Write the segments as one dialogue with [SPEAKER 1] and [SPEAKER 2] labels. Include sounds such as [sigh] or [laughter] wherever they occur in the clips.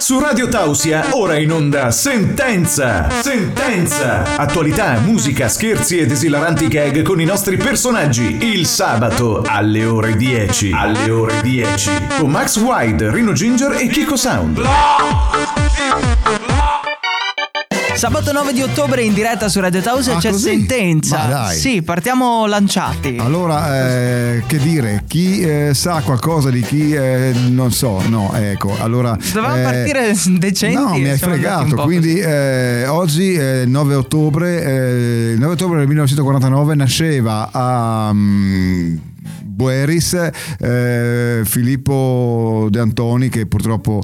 [SPEAKER 1] Su Radio Tausia, ora in onda Sentenza! Sentenza! Attualità, musica, scherzi ed esilaranti gag con i nostri personaggi. Il sabato alle ore 10. Alle ore 10. Con Max Wide, Rino Ginger e Kiko Sound.
[SPEAKER 2] Sabato 9 di ottobre in diretta su Radio Tausia
[SPEAKER 3] Ah,
[SPEAKER 2] c'è
[SPEAKER 3] così?
[SPEAKER 2] sentenza.
[SPEAKER 3] Ma dai.
[SPEAKER 2] Sì, partiamo lanciati.
[SPEAKER 3] Allora, eh, che dire, chi eh, sa qualcosa di chi eh, non so, no, ecco, allora...
[SPEAKER 2] Dovevamo
[SPEAKER 3] eh,
[SPEAKER 2] partire [laughs] decenti.
[SPEAKER 3] No, mi hai
[SPEAKER 2] siamo andati un
[SPEAKER 3] fregato,
[SPEAKER 2] po'
[SPEAKER 3] quindi eh, oggi eh, 9 ottobre, eh, il 9 ottobre del 1949 nasceva a... mm, Boeris, eh, Filippo De Antoni che purtroppo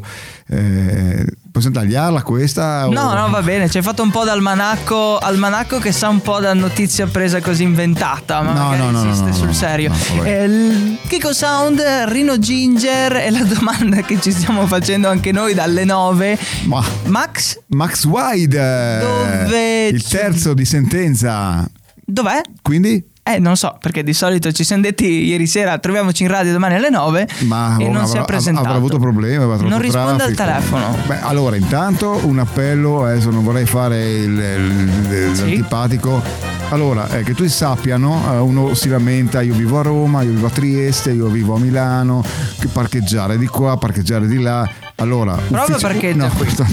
[SPEAKER 3] eh, possiamo tagliarla questa? o-
[SPEAKER 2] No, no, va bene, ci hai fatto un po' dal manacco, al manacco che sa un po' da notizia presa così inventata, ma
[SPEAKER 3] No,
[SPEAKER 2] magari
[SPEAKER 3] no, no, no,
[SPEAKER 2] esiste
[SPEAKER 3] no,
[SPEAKER 2] sul
[SPEAKER 3] no,
[SPEAKER 2] serio.
[SPEAKER 3] no, vabbè.
[SPEAKER 2] Eh, il Kiko Sound, Rino Ginger e la domanda che ci stiamo facendo anche noi dalle 9.
[SPEAKER 3] Ma-
[SPEAKER 2] Max,
[SPEAKER 3] Max Wide,
[SPEAKER 2] Dove
[SPEAKER 3] il
[SPEAKER 2] ci-
[SPEAKER 3] terzo di sentenza,
[SPEAKER 2] dov'è?
[SPEAKER 3] quindi?
[SPEAKER 2] Eh, non so, perché di solito ci siamo detti ieri sera troviamoci in radio domani alle 9
[SPEAKER 3] Ma
[SPEAKER 2] e
[SPEAKER 3] oh,
[SPEAKER 2] non
[SPEAKER 3] avrà,
[SPEAKER 2] si è
[SPEAKER 3] av-
[SPEAKER 2] presentato.
[SPEAKER 3] avrà avuto problemi, avrà troppo
[SPEAKER 2] Non risponde al
[SPEAKER 3] traffico.
[SPEAKER 2] telefono.
[SPEAKER 3] Beh, allora, intanto un appello, adesso non vorrei fare il, il- il-
[SPEAKER 2] Sì.
[SPEAKER 3] l'antipatico. Allora, eh, che tutti sappiano, eh, uno si lamenta, io vivo a Roma, io vivo a Trieste, io vivo a Milano, che parcheggiare di qua, parcheggiare di là. Allora,
[SPEAKER 2] Prova
[SPEAKER 3] uffici-
[SPEAKER 2] parcheggia
[SPEAKER 3] no,
[SPEAKER 2] qui.
[SPEAKER 3] sto-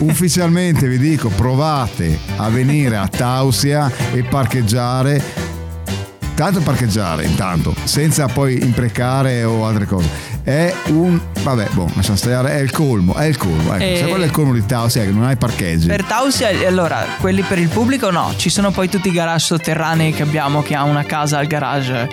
[SPEAKER 2] [laughs]
[SPEAKER 3] ufficialmente vi dico, provate a venire a Tausia e parcheggiare Tanto parcheggiare, intanto, senza poi imprecare o altre cose. È un. Vabbè, boh, lasciamo stare, è il colmo, è il colmo. Ecco.
[SPEAKER 2] Eh.
[SPEAKER 3] Se quello è il colmo di Tao, sì, è che non hai parcheggi.
[SPEAKER 2] Per Tausia, allora, quelli per il pubblico no, ci sono poi tutti i garage sotterranei che abbiamo, che ha una casa al garage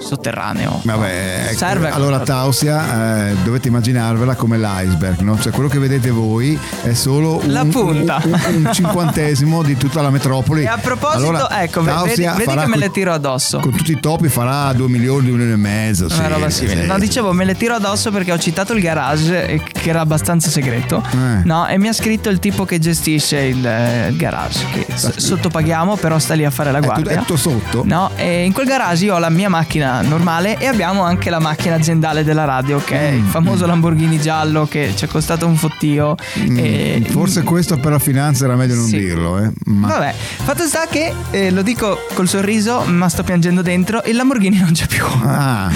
[SPEAKER 2] sotterraneo.
[SPEAKER 3] Vabbè, ecco,
[SPEAKER 2] Serve
[SPEAKER 3] allora
[SPEAKER 2] quello.
[SPEAKER 3] Tausia eh, dovete immaginarvela come l'iceberg, no? cioè quello che vedete voi è solo un,
[SPEAKER 2] La punta.
[SPEAKER 3] un- un- un cinquantesimo di tutta la metropoli.
[SPEAKER 2] [laughs] E a proposito,
[SPEAKER 3] Allora,
[SPEAKER 2] ecco, vedi-
[SPEAKER 3] Tausia
[SPEAKER 2] vedi
[SPEAKER 3] farà
[SPEAKER 2] che me
[SPEAKER 3] coi-
[SPEAKER 2] le tiro addosso.
[SPEAKER 3] Con tutti i topi farà 2 milioni, 2 milioni e mezzo.
[SPEAKER 2] Una roba simile. No, dicevo, me le tiro addosso perché ho citato il garage, eh, che era abbastanza segreto.
[SPEAKER 3] Eh.
[SPEAKER 2] No, e mi ha scritto il tipo che gestisce il, eh, il garage, che s- sottopaghiamo, però sta lì a fare la
[SPEAKER 3] È tutto-
[SPEAKER 2] guardia.
[SPEAKER 3] è tutto sotto?
[SPEAKER 2] No, e in quel garage io ho la mia macchina normale e abbiamo anche la macchina aziendale della radio, che è il
[SPEAKER 3] Mm,
[SPEAKER 2] famoso Lamborghini giallo che ci è costato un fottio. e-
[SPEAKER 3] Mm, Forse questo per la finanza era meglio non
[SPEAKER 2] Mm. Sì.
[SPEAKER 3] dirlo, eh. Ma
[SPEAKER 2] Vabbè, fatto sta che, eh, lo dico col sorriso, ma sto piangendo dentro, il Lamborghini non c'è più.
[SPEAKER 3] Ah,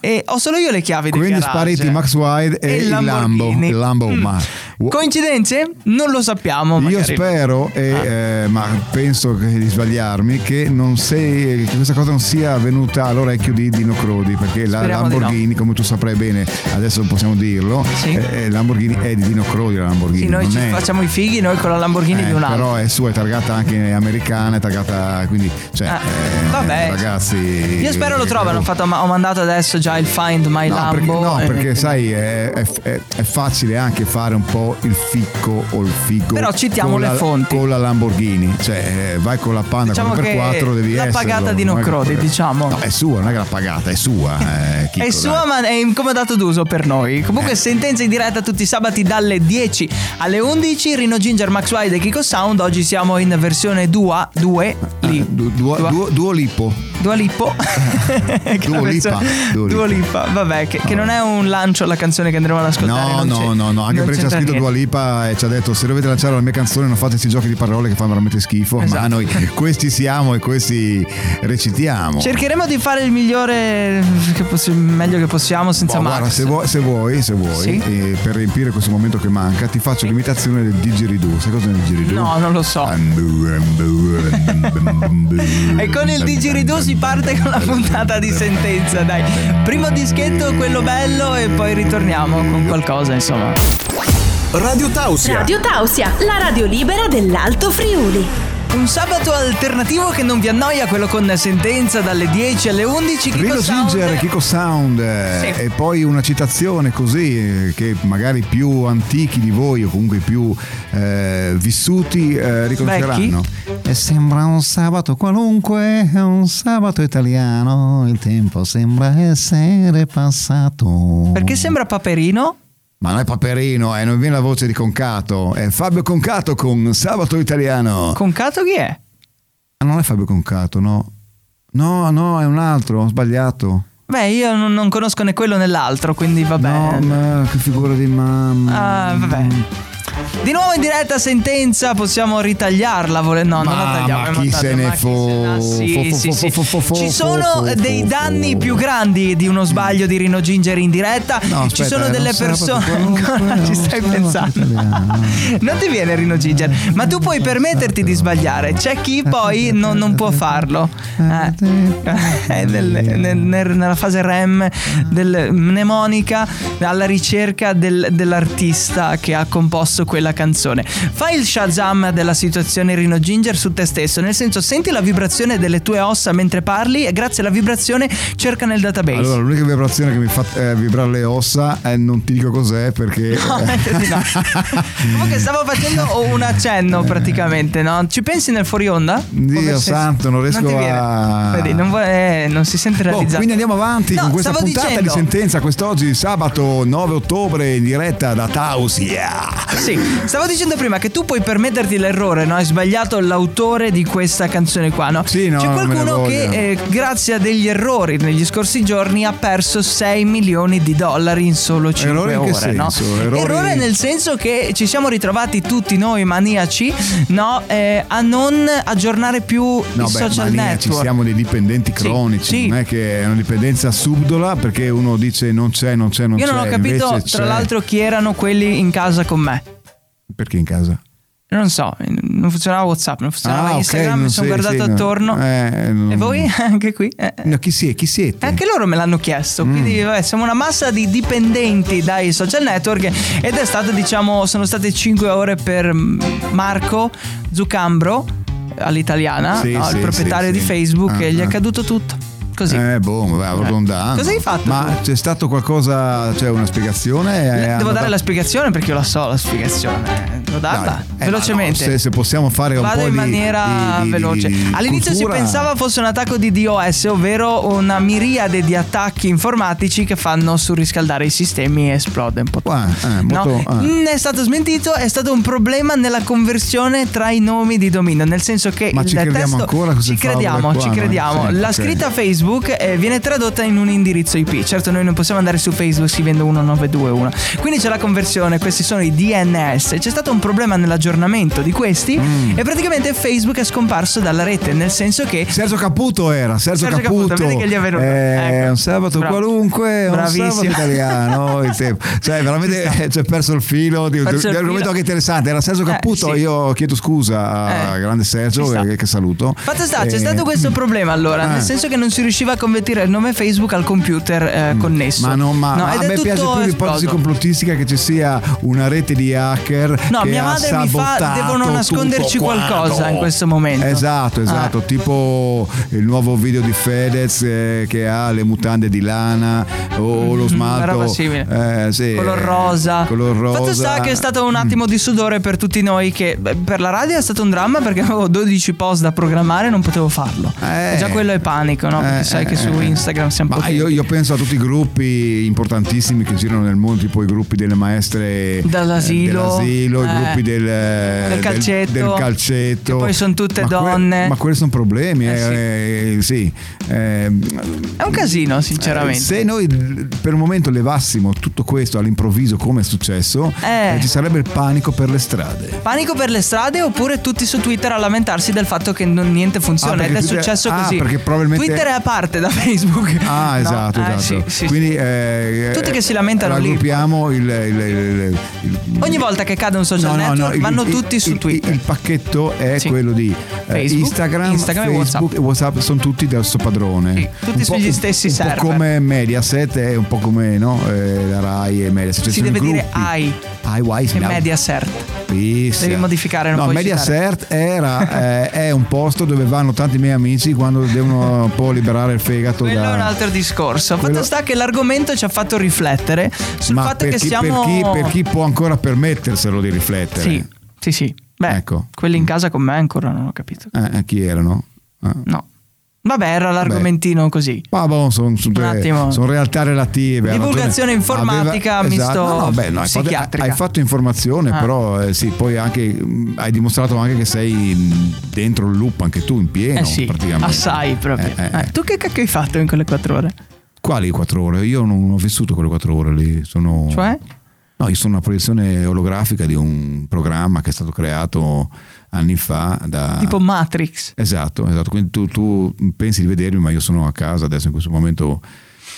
[SPEAKER 2] E ho solo io le chiavi del
[SPEAKER 3] quindi
[SPEAKER 2] garage. eh.
[SPEAKER 3] spariti Max Wide e,
[SPEAKER 2] E
[SPEAKER 3] il Lambo.
[SPEAKER 2] Lamborghini. Mm.
[SPEAKER 3] Il Lambo, ma.
[SPEAKER 2] Coincidenze? Non lo sappiamo.
[SPEAKER 3] Io
[SPEAKER 2] magari. Ah.
[SPEAKER 3] spero, e, eh, ma penso che- di sbagliarmi, che, non sei- che questa cosa non sia avvenuta all'orecchio di Dino Crodi, perché la
[SPEAKER 2] Speriamo di
[SPEAKER 3] Lamborghini, come tu saprai bene, adesso possiamo dirlo,
[SPEAKER 2] Sì.
[SPEAKER 3] eh, eh, Lamborghini è di Dino Crodi la Lamborghini.
[SPEAKER 2] Sì, noi
[SPEAKER 3] non
[SPEAKER 2] ci
[SPEAKER 3] è-
[SPEAKER 2] facciamo i fighi, noi con la Lamborghini
[SPEAKER 3] eh,
[SPEAKER 2] di un altro.
[SPEAKER 3] però è sua, è targata anche americana, è targata quindi cioè,
[SPEAKER 2] Ah,
[SPEAKER 3] eh,
[SPEAKER 2] vabbè.
[SPEAKER 3] ragazzi.
[SPEAKER 2] Io spero lo trovano. ho fatto- ho mandato adesso già il Find My
[SPEAKER 3] eh, No, perché,
[SPEAKER 2] Lambo.
[SPEAKER 3] no,
[SPEAKER 2] eh,
[SPEAKER 3] perché sai, è, è- è- è facile anche fare un po' il ficco o il figo.
[SPEAKER 2] Però citiamo
[SPEAKER 3] con
[SPEAKER 2] le
[SPEAKER 3] la-
[SPEAKER 2] fonti.
[SPEAKER 3] Con la Lamborghini, cioè eh, vai con la Panda
[SPEAKER 2] Diciamo
[SPEAKER 3] 4x4,
[SPEAKER 2] che
[SPEAKER 3] devi
[SPEAKER 2] l'ha
[SPEAKER 3] essere.
[SPEAKER 2] pagata Dino Crodi, diciamo.
[SPEAKER 3] No, è sua, non è che l'ha pagata, è sua. eh, Chicco,
[SPEAKER 2] [laughs] È
[SPEAKER 3] dai. Eh.
[SPEAKER 2] sua, ma è incomodato d'uso per noi. Comunque, sentenza in diretta tutti i sabati dalle 10 alle 11. Rino Ginger, Max Wide e Kiko Sound. Oggi siamo in versione 2. 2
[SPEAKER 3] Eh, du- duo, duo- duolippo.
[SPEAKER 2] Dua Lippo Che
[SPEAKER 3] Dua
[SPEAKER 2] la
[SPEAKER 3] Lipa,
[SPEAKER 2] canzone-
[SPEAKER 3] Dua
[SPEAKER 2] Dua Lipa, vabbè che, che non è un lancio la canzone che andremo ad ascoltare
[SPEAKER 3] Ah. No,
[SPEAKER 2] non c'è-
[SPEAKER 3] no, no, no, anche
[SPEAKER 2] non
[SPEAKER 3] perché ci ha
[SPEAKER 2] c'entra
[SPEAKER 3] scritto Dua
[SPEAKER 2] niente.
[SPEAKER 3] Lipa e ci ha detto se dovete lanciare la mia canzone non fate questi giochi di parole che fanno veramente schifo,
[SPEAKER 2] Esatto.
[SPEAKER 3] ma noi
[SPEAKER 2] [laughs]
[SPEAKER 3] questi siamo e questi recitiamo.
[SPEAKER 2] Cercheremo di fare il migliore che possi- meglio che possiamo senza
[SPEAKER 3] Boh,
[SPEAKER 2] Max
[SPEAKER 3] guarda, se vuoi, se vuoi, se vuoi,
[SPEAKER 2] Sì.
[SPEAKER 3] eh, per riempire questo momento che manca, ti faccio l'imitazione del digeridoo. Sai cos'è il digeridoo?
[SPEAKER 2] No, non lo so.
[SPEAKER 3] Ah,
[SPEAKER 2] [laughs] E con il digeridoo si parte con la puntata di sentenza, dai. Primo dischetto, quello bello, e poi ritorniamo con qualcosa, insomma.
[SPEAKER 1] Radio Tausia.
[SPEAKER 4] Radio Tausia, la radio libera dell'Alto Friuli.
[SPEAKER 2] Un sabato alternativo che non vi annoia, quello con sentenza dalle 10 alle 11. Kiko
[SPEAKER 3] Rino
[SPEAKER 2] Sound.
[SPEAKER 3] Ginger, Kiko Sound eh,
[SPEAKER 2] Sì.
[SPEAKER 3] e poi una citazione così eh, che magari i più antichi di voi o comunque i più eh, vissuti eh, riconosceranno. E sembra un sabato qualunque, è un sabato italiano, il tempo sembra essere passato.
[SPEAKER 2] Perché sembra Paperino?
[SPEAKER 3] Ma non è Paperino, eh, non viene la voce di Concato, è Fabio Concato con Sabato Italiano.
[SPEAKER 2] Concato chi è?
[SPEAKER 3] Ah, non è Fabio Concato, no. No, no, è un altro, ho sbagliato.
[SPEAKER 2] Beh, io non, non conosco né quello né l'altro, quindi vabbè.
[SPEAKER 3] No, ma che figura di mamma.
[SPEAKER 2] Ah, vabbè. Di nuovo in diretta sentenza, possiamo ritagliarla volendo. No, non la
[SPEAKER 3] Ma-
[SPEAKER 2] tagliamo.
[SPEAKER 3] ma
[SPEAKER 2] è
[SPEAKER 3] chi
[SPEAKER 2] montata,
[SPEAKER 3] se ne
[SPEAKER 2] ma chi
[SPEAKER 3] fo-
[SPEAKER 2] se ne- ah, sì,
[SPEAKER 3] fo-
[SPEAKER 2] sì,
[SPEAKER 3] fo-
[SPEAKER 2] sì.
[SPEAKER 3] fo- fo- fo-
[SPEAKER 2] Ci
[SPEAKER 3] fo-
[SPEAKER 2] sono
[SPEAKER 3] fo-
[SPEAKER 2] dei
[SPEAKER 3] fo-
[SPEAKER 2] danni
[SPEAKER 3] fo-
[SPEAKER 2] più grandi di uno sbaglio di Rino Ginger in diretta.
[SPEAKER 3] No,
[SPEAKER 2] Ci
[SPEAKER 3] aspetta,
[SPEAKER 2] sono
[SPEAKER 3] eh,
[SPEAKER 2] delle
[SPEAKER 3] non
[SPEAKER 2] [laughs]
[SPEAKER 3] sabato,
[SPEAKER 2] persone.
[SPEAKER 3] qualunque,
[SPEAKER 2] Ancora ci
[SPEAKER 3] non
[SPEAKER 2] stai
[SPEAKER 3] sabato
[SPEAKER 2] pensando.
[SPEAKER 3] italiano.
[SPEAKER 2] Non ti viene Rino Ginger, ma tu puoi permetterti di sbagliare. C'è chi poi non, non può farlo. Eh, [laughs] è nel- nel- nel- nella fase REM del mnemonica alla ricerca del- dell'artista che ha composto quella canzone. Fai il Shazam della situazione Rino Ginger su te stesso, nel senso senti la vibrazione delle tue ossa mentre parli e grazie alla vibrazione cerca nel database.
[SPEAKER 3] Allora, l'unica vibrazione che mi fa eh, vibrare le ossa eh, non ti dico cos'è perché. eh.
[SPEAKER 2] [laughs] No, di
[SPEAKER 3] [laughs]
[SPEAKER 2] no. Comunque stavo facendo un accenno praticamente, no? Ci pensi nel fuori onda?
[SPEAKER 3] Dio
[SPEAKER 2] Come se-
[SPEAKER 3] santo, non riesco
[SPEAKER 2] ti viene.
[SPEAKER 3] a-
[SPEAKER 2] Vedi, non, vuole- eh, non si sente
[SPEAKER 3] Boh,
[SPEAKER 2] realizzato.
[SPEAKER 3] quindi andiamo avanti
[SPEAKER 2] No,
[SPEAKER 3] con questa
[SPEAKER 2] stavo
[SPEAKER 3] puntata
[SPEAKER 2] dicendo-
[SPEAKER 3] di sentenza quest'oggi, sabato 9 ottobre, in diretta da Tausia.
[SPEAKER 2] Sì, stavo dicendo prima che tu puoi permetterti l'errore, no? Hai sbagliato l'autore di questa canzone qua, no?
[SPEAKER 3] Sì, no,
[SPEAKER 2] C'è
[SPEAKER 3] non me ne
[SPEAKER 2] qualcuno che
[SPEAKER 3] voglio.
[SPEAKER 2] eh, grazie a degli errori negli scorsi giorni ha perso 6 milioni di dollari in solo 5
[SPEAKER 3] Errore in che
[SPEAKER 2] ore, no?
[SPEAKER 3] senso? Errori-
[SPEAKER 2] Errore nel senso che ci siamo ritrovati tutti noi maniaci, no? Eh, a non aggiornare più i
[SPEAKER 3] No, beh,
[SPEAKER 2] social
[SPEAKER 3] ma lì eh,
[SPEAKER 2] network.
[SPEAKER 3] ci siamo dei dipendenti
[SPEAKER 2] Sì,
[SPEAKER 3] cronici,
[SPEAKER 2] sì.
[SPEAKER 3] non è che è una dipendenza subdola perché uno dice non c'è, non c'è, non
[SPEAKER 2] Io
[SPEAKER 3] c'è.
[SPEAKER 2] non ho capito, tra
[SPEAKER 3] cioè, invece c'è.
[SPEAKER 2] l'altro, chi erano quelli in casa con me.
[SPEAKER 3] Perché in casa?
[SPEAKER 2] Non so, non funzionava WhatsApp, non funzionava
[SPEAKER 3] Ah, ok,
[SPEAKER 2] Instagram,
[SPEAKER 3] non
[SPEAKER 2] mi sono
[SPEAKER 3] sei-
[SPEAKER 2] guardato
[SPEAKER 3] sì, no.
[SPEAKER 2] attorno.
[SPEAKER 3] Eh, non-
[SPEAKER 2] E voi [laughs] anche qui? Eh,
[SPEAKER 3] No, Mm. chi, si- chi siete?
[SPEAKER 2] Anche loro me l'hanno chiesto, quindi vabbè, siamo una massa di dipendenti dai social network ed è stato diciamo, sono state 5 ore per Marco Zucambro all'italiana,
[SPEAKER 3] Sì,
[SPEAKER 2] no?
[SPEAKER 3] sì,
[SPEAKER 2] il proprietario
[SPEAKER 3] sì,
[SPEAKER 2] di
[SPEAKER 3] sì.
[SPEAKER 2] Facebook
[SPEAKER 3] Ah,
[SPEAKER 2] e gli è
[SPEAKER 3] ah.
[SPEAKER 2] caduto tutto. Così.
[SPEAKER 3] Eh, boh, vabbè, arrotondando.
[SPEAKER 2] Cosa hai fatto
[SPEAKER 3] Ma
[SPEAKER 2] tu?
[SPEAKER 3] c'è stato qualcosa, cioè una spiegazione? Eh, hanno
[SPEAKER 2] Devo dare
[SPEAKER 3] dato-
[SPEAKER 2] la spiegazione perché io la so la spiegazione. Devo
[SPEAKER 3] Dai,
[SPEAKER 2] darla
[SPEAKER 3] eh, ma
[SPEAKER 2] velocemente.
[SPEAKER 3] no, se, se possiamo fare un
[SPEAKER 2] Vado
[SPEAKER 3] po'
[SPEAKER 2] in
[SPEAKER 3] di-
[SPEAKER 2] maniera
[SPEAKER 3] di- di-
[SPEAKER 2] veloce.
[SPEAKER 3] di- di
[SPEAKER 2] All'inizio
[SPEAKER 3] cultura.
[SPEAKER 2] si pensava fosse un attacco di DOS, ovvero una miriade di attacchi informatici che fanno surriscaldare i sistemi e esplode un po'. tutto.
[SPEAKER 3] Ah, eh, molto- ah.
[SPEAKER 2] Mm, È stato smentito, è stato un problema nella conversione tra i nomi di dominio, nel senso che
[SPEAKER 3] Ma
[SPEAKER 2] il
[SPEAKER 3] ci crediamo
[SPEAKER 2] testo-
[SPEAKER 3] ancora a queste
[SPEAKER 2] ci crediamo,
[SPEAKER 3] favole qua,
[SPEAKER 2] ci
[SPEAKER 3] no?
[SPEAKER 2] crediamo.
[SPEAKER 3] Sì,
[SPEAKER 2] La
[SPEAKER 3] ok.
[SPEAKER 2] scritta Facebook eh, viene tradotta in un indirizzo IP. Certo noi non possiamo andare su Facebook scrivendo 1921. Quindi c'è la conversione, questi sono i DNS. C'è stato un problema nell'aggiornamento di questi
[SPEAKER 3] Mm.
[SPEAKER 2] e praticamente Facebook è scomparso dalla rete, nel senso che
[SPEAKER 3] Sergio Caputo era, Sergio,
[SPEAKER 2] Sergio Caputo, vedi che gli è venuto.
[SPEAKER 3] Eh,
[SPEAKER 2] Ecco.
[SPEAKER 3] un sabato
[SPEAKER 2] Bravo.
[SPEAKER 3] qualunque,
[SPEAKER 2] Bravissimo.
[SPEAKER 3] un
[SPEAKER 2] [laughs]
[SPEAKER 3] sabato italiano. il tempo. Cioè, veramente ci ho perso il filo di,
[SPEAKER 2] Perso
[SPEAKER 3] di-
[SPEAKER 2] il
[SPEAKER 3] di un argomento
[SPEAKER 2] filo.
[SPEAKER 3] anche interessante. Era Sergio
[SPEAKER 2] Eh,
[SPEAKER 3] Caputo,
[SPEAKER 2] sì.
[SPEAKER 3] io chiedo scusa a
[SPEAKER 2] Eh,
[SPEAKER 3] grande Sergio
[SPEAKER 2] ci sta.
[SPEAKER 3] che, che saluto.
[SPEAKER 2] Fatto sta, c'è
[SPEAKER 3] Eh,
[SPEAKER 2] stato questo problema allora,
[SPEAKER 3] Ah.
[SPEAKER 2] nel senso che non si riusciva a convertire il nome Facebook al computer eh, connesso.
[SPEAKER 3] Mm. Ma, no, ma,
[SPEAKER 2] No,
[SPEAKER 3] ma
[SPEAKER 2] ed
[SPEAKER 3] a
[SPEAKER 2] è
[SPEAKER 3] me piace
[SPEAKER 2] tutto
[SPEAKER 3] più l'ipotesi
[SPEAKER 2] esploso.
[SPEAKER 3] complottistica che ci sia una rete di hacker
[SPEAKER 2] No,
[SPEAKER 3] che
[SPEAKER 2] mia
[SPEAKER 3] ha
[SPEAKER 2] madre mi fa
[SPEAKER 3] sabotato
[SPEAKER 2] devono
[SPEAKER 3] tutto
[SPEAKER 2] nasconderci
[SPEAKER 3] quanto."
[SPEAKER 2] qualcosa in questo momento. Ah.
[SPEAKER 3] Esatto, esatto, tipo il nuovo video di Fedez eh, che ha le mutande di lana
[SPEAKER 2] Mhm,
[SPEAKER 3] o lo
[SPEAKER 2] una
[SPEAKER 3] smalto
[SPEAKER 2] roba simile.
[SPEAKER 3] eh, sì,
[SPEAKER 2] Color
[SPEAKER 3] eh,
[SPEAKER 2] rosa.
[SPEAKER 3] Color rosa.
[SPEAKER 2] Fatto sta che è stato un attimo di sudore per tutti noi che beh, per la radio è stato un dramma perché avevo 12 post da programmare e non potevo farlo.
[SPEAKER 3] Eh.
[SPEAKER 2] E già quello è panico, no? Perché
[SPEAKER 3] Eh,
[SPEAKER 2] sai
[SPEAKER 3] eh,
[SPEAKER 2] che su
[SPEAKER 3] eh.
[SPEAKER 2] Instagram siamo
[SPEAKER 3] Ma
[SPEAKER 2] potenti.
[SPEAKER 3] io, io penso a tutti i gruppi importantissimi che girano nel mondo, tipo i gruppi delle maestre
[SPEAKER 2] Dall'asilo,
[SPEAKER 3] eh, dell'asilo,
[SPEAKER 2] eh,
[SPEAKER 3] i gruppi del, eh,
[SPEAKER 2] del calcetto,
[SPEAKER 3] del calcetto.
[SPEAKER 2] che poi son tutte
[SPEAKER 3] Ma que-
[SPEAKER 2] donne.
[SPEAKER 3] ma quelli sono problemi, eh, sì. eh,
[SPEAKER 2] È un casino, sinceramente.
[SPEAKER 3] eh, se noi per un momento levassimo tutto questo all'improvviso, come è successo,
[SPEAKER 2] Eh.
[SPEAKER 3] eh, ci sarebbe il panico per le strade.
[SPEAKER 2] Panico per le strade oppure tutti su Twitter a lamentarsi del fatto che non- niente
[SPEAKER 3] Ah,
[SPEAKER 2] funziona
[SPEAKER 3] perché
[SPEAKER 2] ed è
[SPEAKER 3] Twitter-
[SPEAKER 2] successo
[SPEAKER 3] ah,
[SPEAKER 2] così.
[SPEAKER 3] perché probabilmente-
[SPEAKER 2] Twitter è a parte da Facebook.
[SPEAKER 3] Ah,
[SPEAKER 2] [laughs] No,
[SPEAKER 3] esatto,
[SPEAKER 2] eh,
[SPEAKER 3] esatto.
[SPEAKER 2] sì, sì, sì.
[SPEAKER 3] Quindi eh,
[SPEAKER 2] Tutti che si lamentano lì.
[SPEAKER 3] raggruppiamo il- il- il- il-
[SPEAKER 2] Ogni volta che cade un social
[SPEAKER 3] No, no,
[SPEAKER 2] network
[SPEAKER 3] no, il-
[SPEAKER 2] vanno
[SPEAKER 3] il-
[SPEAKER 2] tutti su
[SPEAKER 3] il-
[SPEAKER 2] Twitter.
[SPEAKER 3] Il, pacchetto è
[SPEAKER 2] Sì.
[SPEAKER 3] quello di eh,
[SPEAKER 2] Facebook,
[SPEAKER 3] Instagram,
[SPEAKER 2] Instagram e
[SPEAKER 3] Facebook e WhatsApp, sono tutti del suo padrone.
[SPEAKER 2] Sì, tutti
[SPEAKER 3] Un po'
[SPEAKER 2] sugli
[SPEAKER 3] co-
[SPEAKER 2] stessi
[SPEAKER 3] un po'
[SPEAKER 2] server.
[SPEAKER 3] come Mediaset è un po' come no, eh, la Rai e Mediaset. Cioè,
[SPEAKER 2] Si
[SPEAKER 3] sono i
[SPEAKER 2] deve dire
[SPEAKER 3] gruppi.
[SPEAKER 2] AI
[SPEAKER 3] Ai, wise,
[SPEAKER 2] e
[SPEAKER 3] mi-
[SPEAKER 2] Mediasert.
[SPEAKER 3] Pissa.
[SPEAKER 2] Devi modificare, non
[SPEAKER 3] No,
[SPEAKER 2] puoi
[SPEAKER 3] Mediasert era, eh, è un posto dove vanno tanti miei amici quando devono un po' liberare il fegato
[SPEAKER 2] Quello
[SPEAKER 3] da...
[SPEAKER 2] è un altro discorso.
[SPEAKER 3] Quello-
[SPEAKER 2] Fatto sta che l'argomento ci ha fatto riflettere sul
[SPEAKER 3] Ma
[SPEAKER 2] fatto
[SPEAKER 3] per,
[SPEAKER 2] che
[SPEAKER 3] chi,
[SPEAKER 2] siamo.
[SPEAKER 3] per, chi, per chi può ancora permetterselo di riflettere?
[SPEAKER 2] Sì, sì, sì. Beh,
[SPEAKER 3] Ecco.
[SPEAKER 2] quelli in casa con me ancora non ho capito.
[SPEAKER 3] Eh, eh, chi erano? Eh.
[SPEAKER 2] No. Vabbè, era l'argomentino così.
[SPEAKER 3] Ma boh, sono
[SPEAKER 2] attimo.
[SPEAKER 3] realtà relative. alla
[SPEAKER 2] Divulgazione
[SPEAKER 3] ragione.
[SPEAKER 2] informatica
[SPEAKER 3] Aveva- esatto.
[SPEAKER 2] misto
[SPEAKER 3] No, no, beh, no, hai, fatto,
[SPEAKER 2] psichiatrica.
[SPEAKER 3] hai fatto informazione,
[SPEAKER 2] Ah.
[SPEAKER 3] però eh, sì, poi anche, mh, hai dimostrato anche che sei mh, dentro il loop, anche tu in pieno.
[SPEAKER 2] Eh sì,
[SPEAKER 3] praticamente.
[SPEAKER 2] assai proprio.
[SPEAKER 3] Eh, eh,
[SPEAKER 2] Eh,
[SPEAKER 3] eh.
[SPEAKER 2] Tu che cacchio hai fatto in quelle quattro ore?
[SPEAKER 3] Quali quattro ore? Io non ho vissuto quelle quattro ore lì. Sono...
[SPEAKER 2] Cioè?
[SPEAKER 3] No, io sono una proiezione olografica di un programma che è stato creato anni fa da...
[SPEAKER 2] Tipo Matrix.
[SPEAKER 3] Esatto, esatto. Quindi tu, tu pensi di vedermi, ma io sono a casa adesso in questo momento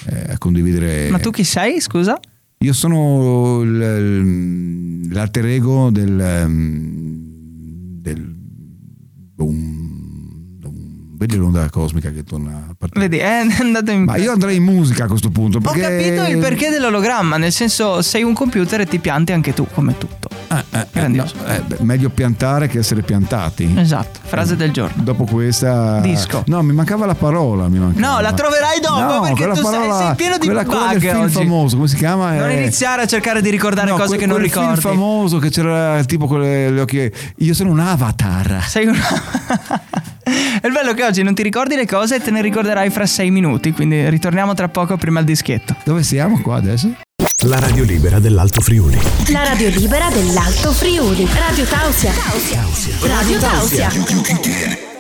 [SPEAKER 3] eh, a condividere...
[SPEAKER 2] Ma tu chi sei, scusa?
[SPEAKER 3] Io sono l- l'alter ego del... mm, del un, un, vedi l'onda cosmica che torna a partire.
[SPEAKER 2] Vedi, eh, [laughs] è andato in
[SPEAKER 3] Ma io andrei in musica a questo punto.
[SPEAKER 2] Ho
[SPEAKER 3] Perché...
[SPEAKER 2] capito il perché dell'ologramma, nel senso sei un computer e ti pianti anche tu, come tutto.
[SPEAKER 3] Ah, ah, eh,
[SPEAKER 2] Grandioso.
[SPEAKER 3] no, eh, beh, meglio piantare che essere piantati.
[SPEAKER 2] Esatto, frase del giorno.
[SPEAKER 3] Dopo questa.
[SPEAKER 2] Disco.
[SPEAKER 3] No, mi mancava la parola. Mi mancava.
[SPEAKER 2] No, la troverai dopo,
[SPEAKER 3] No,
[SPEAKER 2] perché
[SPEAKER 3] quella
[SPEAKER 2] tu sei-
[SPEAKER 3] parola-
[SPEAKER 2] sei pieno di
[SPEAKER 3] quella cosa del
[SPEAKER 2] bug
[SPEAKER 3] film
[SPEAKER 2] oggi.
[SPEAKER 3] famoso, come si chiama?
[SPEAKER 2] Non
[SPEAKER 3] Eh,
[SPEAKER 2] iniziare a cercare di ricordare
[SPEAKER 3] no,
[SPEAKER 2] cose
[SPEAKER 3] que-
[SPEAKER 2] che non
[SPEAKER 3] quel film
[SPEAKER 2] ricordi.
[SPEAKER 3] famoso che c'era tipo con le, le occhie. Io sono un avatar.
[SPEAKER 2] Sei un... [laughs] È il bello che oggi non ti ricordi le cose e te ne ricorderai fra sei minuti, quindi ritorniamo tra poco prima al dischetto.
[SPEAKER 3] Dove siamo qua adesso?
[SPEAKER 5] La radio libera dell'Alto Friuli.
[SPEAKER 4] La radio libera dell'Alto Friuli. Radio Tausia. Radio Tausia.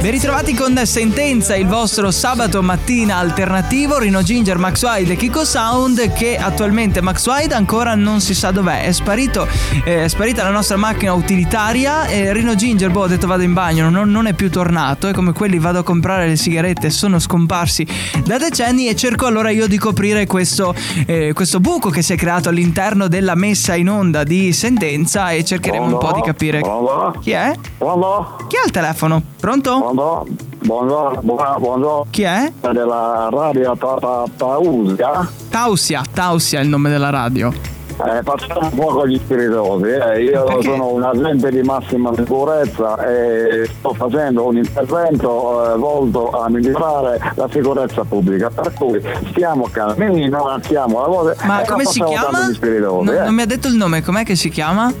[SPEAKER 2] Ben ritrovati con Sentenza, il vostro sabato mattina alternativo, Rino Ginger, Max Wide e Kiko Sound che attualmente Max Wide ancora non si sa dov'è, è sparito, eh, è sparita la nostra macchina utilitaria e Rino Ginger, boh, ha detto vado in bagno, non, non è più tornato e come quelli vado a comprare le sigarette sono scomparsi da decenni e cerco allora io di coprire questo, eh, questo buco che si è creato all'interno della messa in onda di Sentenza e cercheremo un po' di capire
[SPEAKER 6] Pronto?
[SPEAKER 2] chi è,
[SPEAKER 6] Pronto?
[SPEAKER 2] chi ha il telefono, pronto?
[SPEAKER 6] Pronto? Buongiorno, buona- buongiorno.
[SPEAKER 2] Chi è?
[SPEAKER 6] Della radio Ta- Ta- Tausia.
[SPEAKER 2] Tausia, Tausia è il nome della radio.
[SPEAKER 6] Eh, facciamo un po' con gli spiritosi. eh. Io
[SPEAKER 2] Perché?
[SPEAKER 6] sono un agente di massima sicurezza e sto facendo un intervento eh, volto a migliorare la sicurezza pubblica. Per cui stiamo calmini, non alziamo la voce. e
[SPEAKER 2] Ma
[SPEAKER 6] non
[SPEAKER 2] come si
[SPEAKER 6] facciamo
[SPEAKER 2] chiama?
[SPEAKER 6] tanto Gli spiritosi,
[SPEAKER 2] No,
[SPEAKER 6] eh.
[SPEAKER 2] non mi ha detto il nome, com'è che si chiama?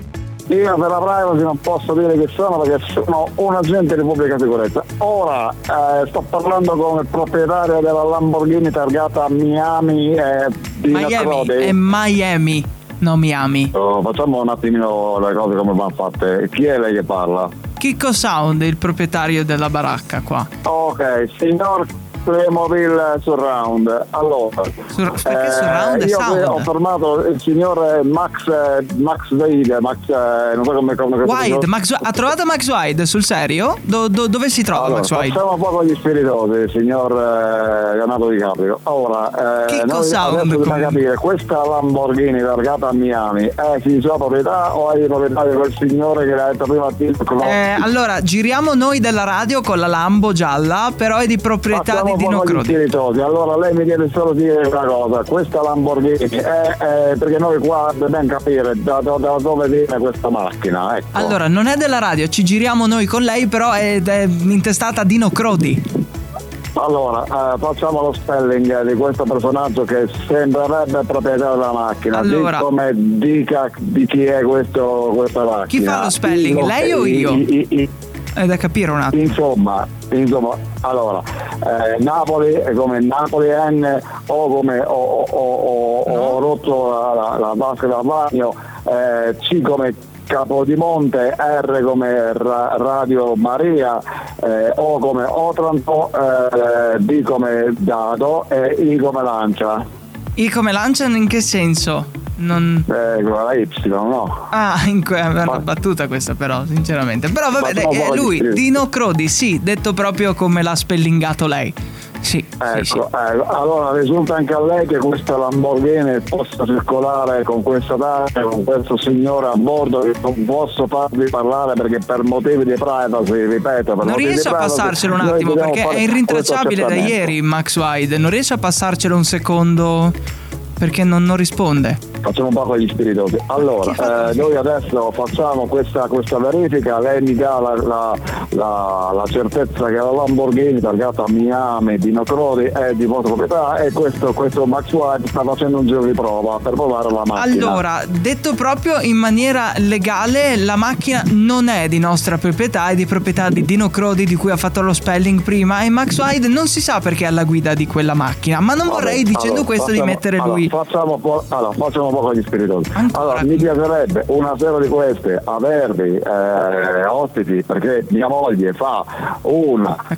[SPEAKER 6] Io per la privacy non posso dire che sono perché sono un agente di pubblica sicurezza. Ora eh, sto parlando con il proprietario della Lamborghini targata Miami eh, di
[SPEAKER 2] Miami,
[SPEAKER 6] Natrode.
[SPEAKER 2] è Miami, no Miami.
[SPEAKER 6] Oh, facciamo un attimino le cose come vanno fatte. Chi è lei che parla?
[SPEAKER 2] Chicco Sound è il proprietario della baracca qua.
[SPEAKER 6] Ok, signor Playmobil Surround. Allora, eh,
[SPEAKER 2] Sur- perché surround è
[SPEAKER 6] io
[SPEAKER 2] sound?
[SPEAKER 6] ho fermato il signor Max eh, Max Veide, Max eh, non so come come
[SPEAKER 2] Wide, Max, ha trovato Max Wide sul serio? Do- do- dove si trova
[SPEAKER 6] Allora,
[SPEAKER 2] Max Wide?
[SPEAKER 6] facciamo un po' con gli spiritosi, signor eh, Leonardo Di Caprio. Ora,
[SPEAKER 2] Che
[SPEAKER 6] eh, noi
[SPEAKER 2] cosa
[SPEAKER 6] adesso
[SPEAKER 2] un-
[SPEAKER 6] bisogna capire, questa Lamborghini targata a Miami è di sua proprietà o è di proprietà di quel signore che l'ha detto prima a Tito Clotti?
[SPEAKER 2] Eh, allora, giriamo noi della radio con la Lambo gialla, però è di proprietà
[SPEAKER 6] Facciamo
[SPEAKER 2] di
[SPEAKER 6] un po'
[SPEAKER 2] Dino
[SPEAKER 6] con gli
[SPEAKER 2] Crodi.
[SPEAKER 6] spiritosi. Allora lei mi deve solo dire una cosa, questa Lamborghini è, è- perché noi qua dobbiamo capire da, da- da dove viene questa macchina. Ecco.
[SPEAKER 2] Allora, non è della radio, ci giriamo noi con lei, però è, è intestata a Dino Crodi.
[SPEAKER 6] Allora, eh, facciamo lo spelling di questo personaggio che sembrerebbe proprietario della macchina.
[SPEAKER 2] Allora.
[SPEAKER 6] Di come dica di chi è questo, questa macchina.
[SPEAKER 2] Chi fa lo spelling,
[SPEAKER 6] Io-
[SPEAKER 2] lei o io?
[SPEAKER 6] i- i- i-
[SPEAKER 2] È da capire un attimo.
[SPEAKER 6] insomma, insomma, allora, eh, Napoli è come Napoli N o come ho, ho- ho- ho- ho rotto la, la, la vasca da bagno, eh, C come Capodimonte, R come Ra- Radio Maria, eh, O come Otranto, eh, D come Dado e I come Lancia,
[SPEAKER 2] I come lanciano in che senso? Non...
[SPEAKER 6] eh, con la Y, no?
[SPEAKER 2] Ah, in que- è una battuta questa però, sinceramente. Però vabbè,
[SPEAKER 6] Facciamo
[SPEAKER 2] dai, è
[SPEAKER 6] fuori di
[SPEAKER 2] lui,
[SPEAKER 6] scrivere.
[SPEAKER 2] Dino Crodi, sì, detto proprio come l'ha spellingato lei. Sì, sì,
[SPEAKER 6] Ecco,
[SPEAKER 2] sì.
[SPEAKER 6] ecco. allora risulta anche a lei che questa Lamborghini possa circolare con questa targa, con questo signore a bordo che non posso farvi parlare perché per motivi di privacy, ripeto, per
[SPEAKER 2] Non
[SPEAKER 6] motivi
[SPEAKER 2] riesco
[SPEAKER 6] di
[SPEAKER 2] a
[SPEAKER 6] privacy,
[SPEAKER 2] passarselo un
[SPEAKER 6] noi
[SPEAKER 2] attimo
[SPEAKER 6] dobbiamo
[SPEAKER 2] perché
[SPEAKER 6] fare
[SPEAKER 2] è irrintracciabile da
[SPEAKER 6] questo
[SPEAKER 2] ieri Max Wide, non riesco a passarcelo un secondo perché non, non risponde.
[SPEAKER 6] Facciamo un po' con gli spiritosi. Allora, eh, noi adesso facciamo questa, questa verifica, lei mi dà la, la- la- la certezza che la Lamborghini targata Miami di Nocrodi è di vostra proprietà e questo, questo Max White sta facendo un giro di prova per provare la macchina.
[SPEAKER 2] Allora, detto proprio in maniera legale, la macchina non è di nostra proprietà, è di proprietà di Dino Crodi di cui ha fatto lo spelling prima e Max Wide non si sa perché è alla guida di quella macchina, ma non vorrei dicendo
[SPEAKER 6] Allora,
[SPEAKER 2] questo
[SPEAKER 6] facciamo-
[SPEAKER 2] di mettere
[SPEAKER 6] allora,
[SPEAKER 2] lui.
[SPEAKER 6] Facciamo, un po', allora, facciamo un po' con gli spiritosi.
[SPEAKER 2] Ancora?
[SPEAKER 6] Allora, mi piacerebbe una sera di queste avervi eh, ospiti perché mia moglie raccoglie, fa una eh,